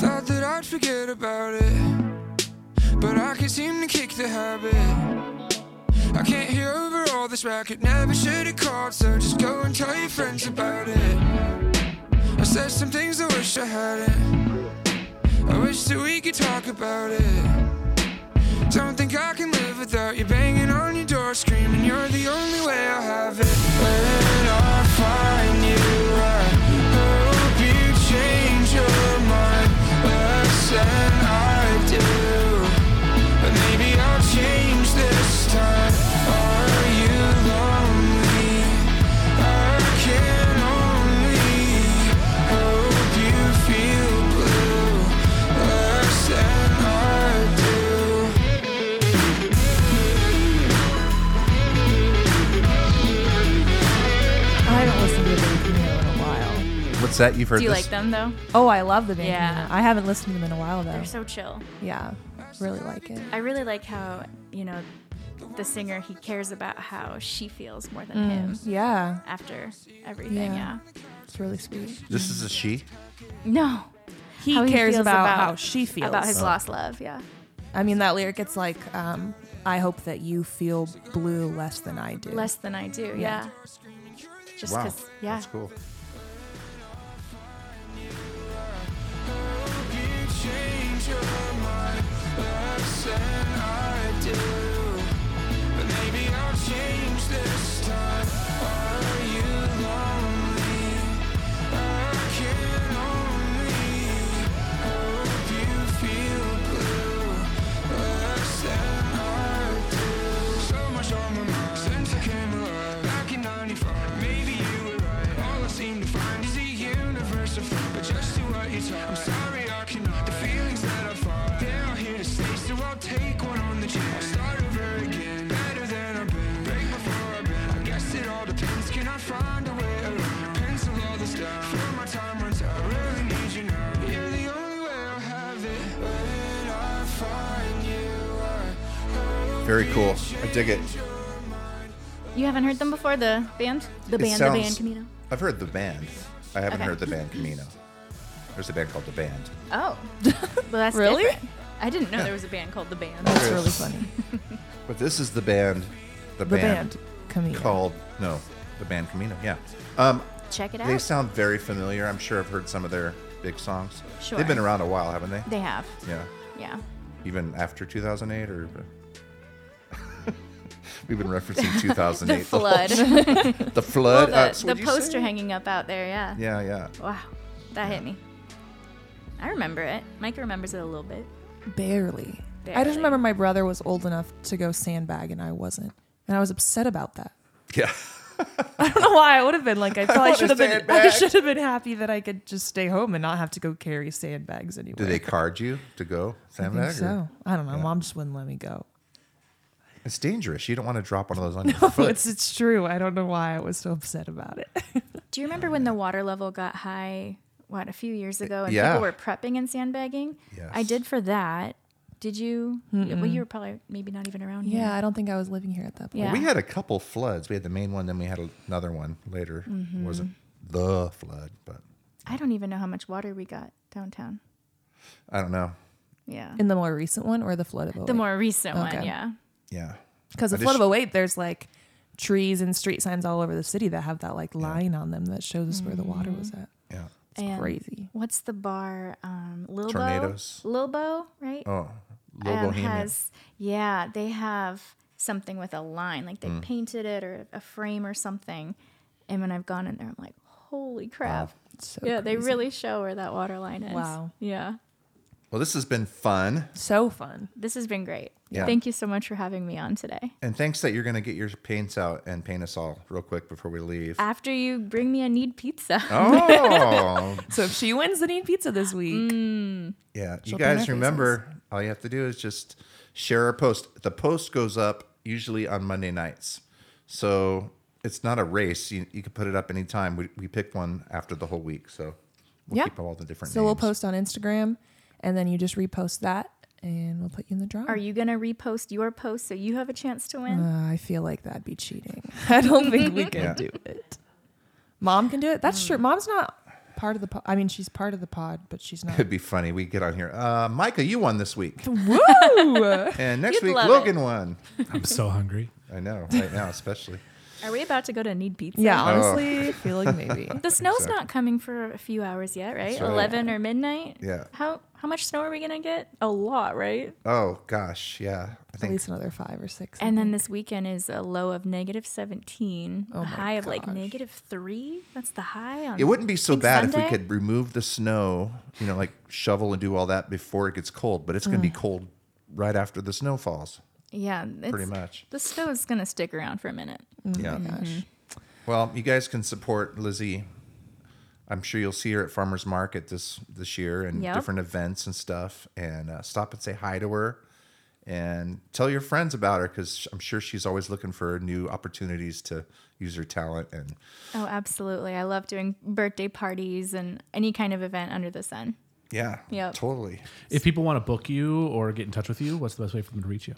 Speaker 10: Thought that I'd forget about it, but I can seem to kick the habit. I can't hear over all this racket. Never should have called, so just go and tell your friends about it. I said some things I wish I hadn't. I wish that we could talk about it. Don't think I can live without you banging on your door, screaming you're the only way I have it. When I find you, I hope you change your mind. Less than I do, but maybe I'll change this time. Are you lonely? I can only hope you feel blue. Less than I do.
Speaker 3: I haven't listened to the band Camino in a while.
Speaker 2: What's that? You've heard
Speaker 9: do you
Speaker 2: this?
Speaker 9: like them though
Speaker 3: Oh, I love the band.
Speaker 9: Yeah.
Speaker 3: Camino. I haven't listened to them in a while though.
Speaker 9: they're so chill
Speaker 3: yeah, really like it.
Speaker 9: i really like how you know the singer he cares about how she feels more than him
Speaker 3: Yeah,
Speaker 9: after everything
Speaker 3: Yeah.
Speaker 9: Mm. yeah,
Speaker 3: it's really sweet.
Speaker 2: This is a she.
Speaker 9: no
Speaker 3: He
Speaker 9: how
Speaker 3: cares
Speaker 9: feels
Speaker 3: about, how she feels
Speaker 9: about his lost love yeah
Speaker 3: I mean, that lyric, it's like, um, I hope that you feel blue less than I do.
Speaker 9: less than i do yeah, just
Speaker 2: Wow,
Speaker 9: because yeah
Speaker 2: that's cool.
Speaker 10: change your mind less than I do. But maybe I'll change this time. Are you lonely? I can only hope you feel blue less than I do. So much on my mind since I came alive back in '95. Maybe you were
Speaker 2: Very cool. I dig it.
Speaker 9: You haven't heard them before, the band? The
Speaker 2: It
Speaker 9: band, the band
Speaker 2: sounds-
Speaker 9: Camino.
Speaker 2: I've heard the band. I haven't
Speaker 9: Okay.
Speaker 2: heard the band Camino. There's a band called the Band.
Speaker 9: Oh. well, that's
Speaker 3: Really?
Speaker 9: different. I didn't know there was a band called The Band.
Speaker 2: That's really funny. But this is the band. The,
Speaker 3: The band Camino.
Speaker 2: Called no, the band Camino. Yeah. Um,
Speaker 9: Check it
Speaker 2: They
Speaker 9: out.
Speaker 2: sound very familiar. I'm sure I've heard some of their big songs.
Speaker 9: Sure. Mm-hmm.
Speaker 2: They've been around a while, haven't they?
Speaker 9: They have.
Speaker 2: Yeah.
Speaker 9: Yeah.
Speaker 2: Even after 2008, or we've been referencing 2008.
Speaker 9: The flood.
Speaker 2: the flood.
Speaker 9: Well,
Speaker 2: uh,
Speaker 9: the
Speaker 2: so
Speaker 9: the
Speaker 2: would you
Speaker 9: poster
Speaker 2: say-
Speaker 9: hanging up out there, yeah.
Speaker 2: Yeah, yeah.
Speaker 9: Wow. That hit me. I remember it. Mike remembers it a little bit.
Speaker 3: Barely. I
Speaker 9: Barely.
Speaker 3: just remember my brother was old enough to go sandbag and I wasn't. And I was upset about that.
Speaker 2: Yeah.
Speaker 3: I don't know why I would have been like I probably
Speaker 2: wanna
Speaker 3: should have been I
Speaker 2: sandbag.
Speaker 3: should have been happy that I could just stay home and not have to go carry sandbags
Speaker 2: Do
Speaker 3: anywhere.
Speaker 2: they card you to go
Speaker 3: I
Speaker 2: sandbag?
Speaker 3: think
Speaker 2: or-
Speaker 3: so. I don't know. Mom just wouldn't let me go.
Speaker 2: It's dangerous. You don't want to drop one of those on your
Speaker 3: No,
Speaker 2: foot.
Speaker 3: it's it's true. I don't know why I was so upset about it.
Speaker 9: Do you remember when the water level got high, what, a few years ago, and
Speaker 2: Uh, Yeah.
Speaker 9: people were prepping and sandbagging? I
Speaker 2: Yes.
Speaker 9: did for that. Did you? Well, you were probably maybe not even around here.
Speaker 3: Yeah, I don't think I was living here at that point.
Speaker 9: Yeah.
Speaker 2: We had a couple floods. We had the main one, then we had another one later. It wasn't the flood, but
Speaker 9: I don't even know how much water we got downtown.
Speaker 2: I don't know.
Speaker 9: Yeah.
Speaker 3: In the more recent one or the flood of 08?
Speaker 9: the more recent one,
Speaker 3: Okay.
Speaker 9: yeah.
Speaker 2: Yeah.
Speaker 3: Because the
Speaker 2: I
Speaker 3: flood
Speaker 2: just-
Speaker 3: of 08, there's like trees and street signs all over the city that have that like line on them that shows us where the water was at.
Speaker 2: Yeah.
Speaker 9: It's
Speaker 3: crazy.
Speaker 9: What's the bar? Um, Lilbo?
Speaker 2: Tornadoes.
Speaker 9: Lilbo, right?
Speaker 2: Oh, Little
Speaker 9: um,
Speaker 2: Bohemian.
Speaker 9: has yeah they have something with a line like they painted it or a frame or something and when i've gone in there i'm like holy crap
Speaker 3: So
Speaker 9: yeah they
Speaker 3: crazy.
Speaker 9: really show where that water line is
Speaker 3: Wow.
Speaker 9: yeah
Speaker 2: Well, this has been fun.
Speaker 3: So fun.
Speaker 9: this has been great
Speaker 2: Yeah.
Speaker 9: thank you so much for having me on today
Speaker 2: And thanks that you're going to get your paints out and paint us all real quick before we leave.
Speaker 9: after you bring me a need pizza
Speaker 2: Oh,
Speaker 3: So if she wins the Need Pizza this week,
Speaker 2: yeah. You
Speaker 3: paint our
Speaker 2: guys
Speaker 3: faces.
Speaker 2: remember, all you have to do is just share a post. The post goes up usually on Monday nights. So it's not a race. You, you can put it up anytime. We, we pick one after the whole week. So we'll
Speaker 3: Yeah.
Speaker 2: keep all the different
Speaker 3: so we'll
Speaker 2: names.
Speaker 3: post on Instagram and then you just repost that and we'll put you in the draw.
Speaker 9: are you gonna repost your post so you have a chance to win
Speaker 3: Uh, I feel like that'd be cheating. I don't think we can
Speaker 2: Yeah.
Speaker 3: do it. Mom can do it. That's true. Mom's not part of the pod. I mean, she's part of the pod, but she's not.
Speaker 2: It'd be funny. We get on here. Uh, Micah, you won this week.
Speaker 3: Woo!
Speaker 2: And next
Speaker 9: You'd
Speaker 2: week,
Speaker 9: love
Speaker 2: Logan won.
Speaker 8: I'm so hungry.
Speaker 2: I know, right now, especially.
Speaker 9: are we about to go to need pizza
Speaker 2: Oh.
Speaker 3: Yeah, honestly, feeling maybe.
Speaker 9: the snow's
Speaker 2: Exactly.
Speaker 9: not coming for a few hours yet right
Speaker 2: right.
Speaker 9: 11 or midnight
Speaker 2: Yeah.
Speaker 9: how how much snow are we gonna get a lot right
Speaker 2: Oh, gosh. Yeah. I
Speaker 3: At
Speaker 2: think
Speaker 3: least another five or six.
Speaker 9: And
Speaker 2: Mm-hmm.
Speaker 9: then this weekend is a low of negative 17, a
Speaker 3: my
Speaker 9: high of like
Speaker 3: gosh.
Speaker 9: negative 3. That's the high on
Speaker 2: Oh it wouldn't be so
Speaker 9: Think
Speaker 2: bad if we
Speaker 9: Sunday?
Speaker 2: could remove the snow, you know, like shovel and do all that before it gets cold, but it's going to
Speaker 9: Mm.
Speaker 2: be cold right after the snow falls,
Speaker 9: Yeah, it's,
Speaker 2: pretty much.
Speaker 9: The snow is going to stick around for a minute.
Speaker 2: yeah.
Speaker 9: Oh
Speaker 2: Well, you guys can support Lizzie. I'm sure you'll see her at Farmers Market this this year and
Speaker 9: Yep.
Speaker 2: different events and stuff. And uh, stop and say hi to her, and tell your friends about her because I'm sure she's always looking for new opportunities to use her talent. And
Speaker 9: Oh, absolutely. I love doing birthday parties and any kind of event under the sun.
Speaker 2: yeah,
Speaker 9: Yep.
Speaker 2: totally.
Speaker 8: If people want to book you or get in touch with you, what's the best way for them to reach you?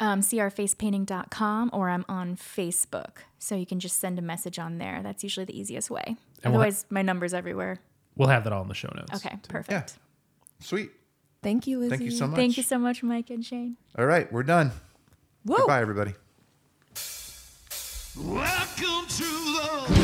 Speaker 9: Um, crfacepainting.com or I'm on Facebook. So you can just send a message on there. That's usually the easiest way.
Speaker 8: And we'll ha-
Speaker 9: Otherwise, my number's everywhere.
Speaker 8: We'll have that all in the show notes.
Speaker 9: Okay, perfect.
Speaker 2: Yeah, sweet.
Speaker 3: Thank you, Lizzie.
Speaker 2: Thank you so much.
Speaker 9: Thank you so much, Mike and Shane.
Speaker 2: All right, we're done.
Speaker 3: Whoa.
Speaker 2: Goodbye, everybody.
Speaker 6: Welcome to the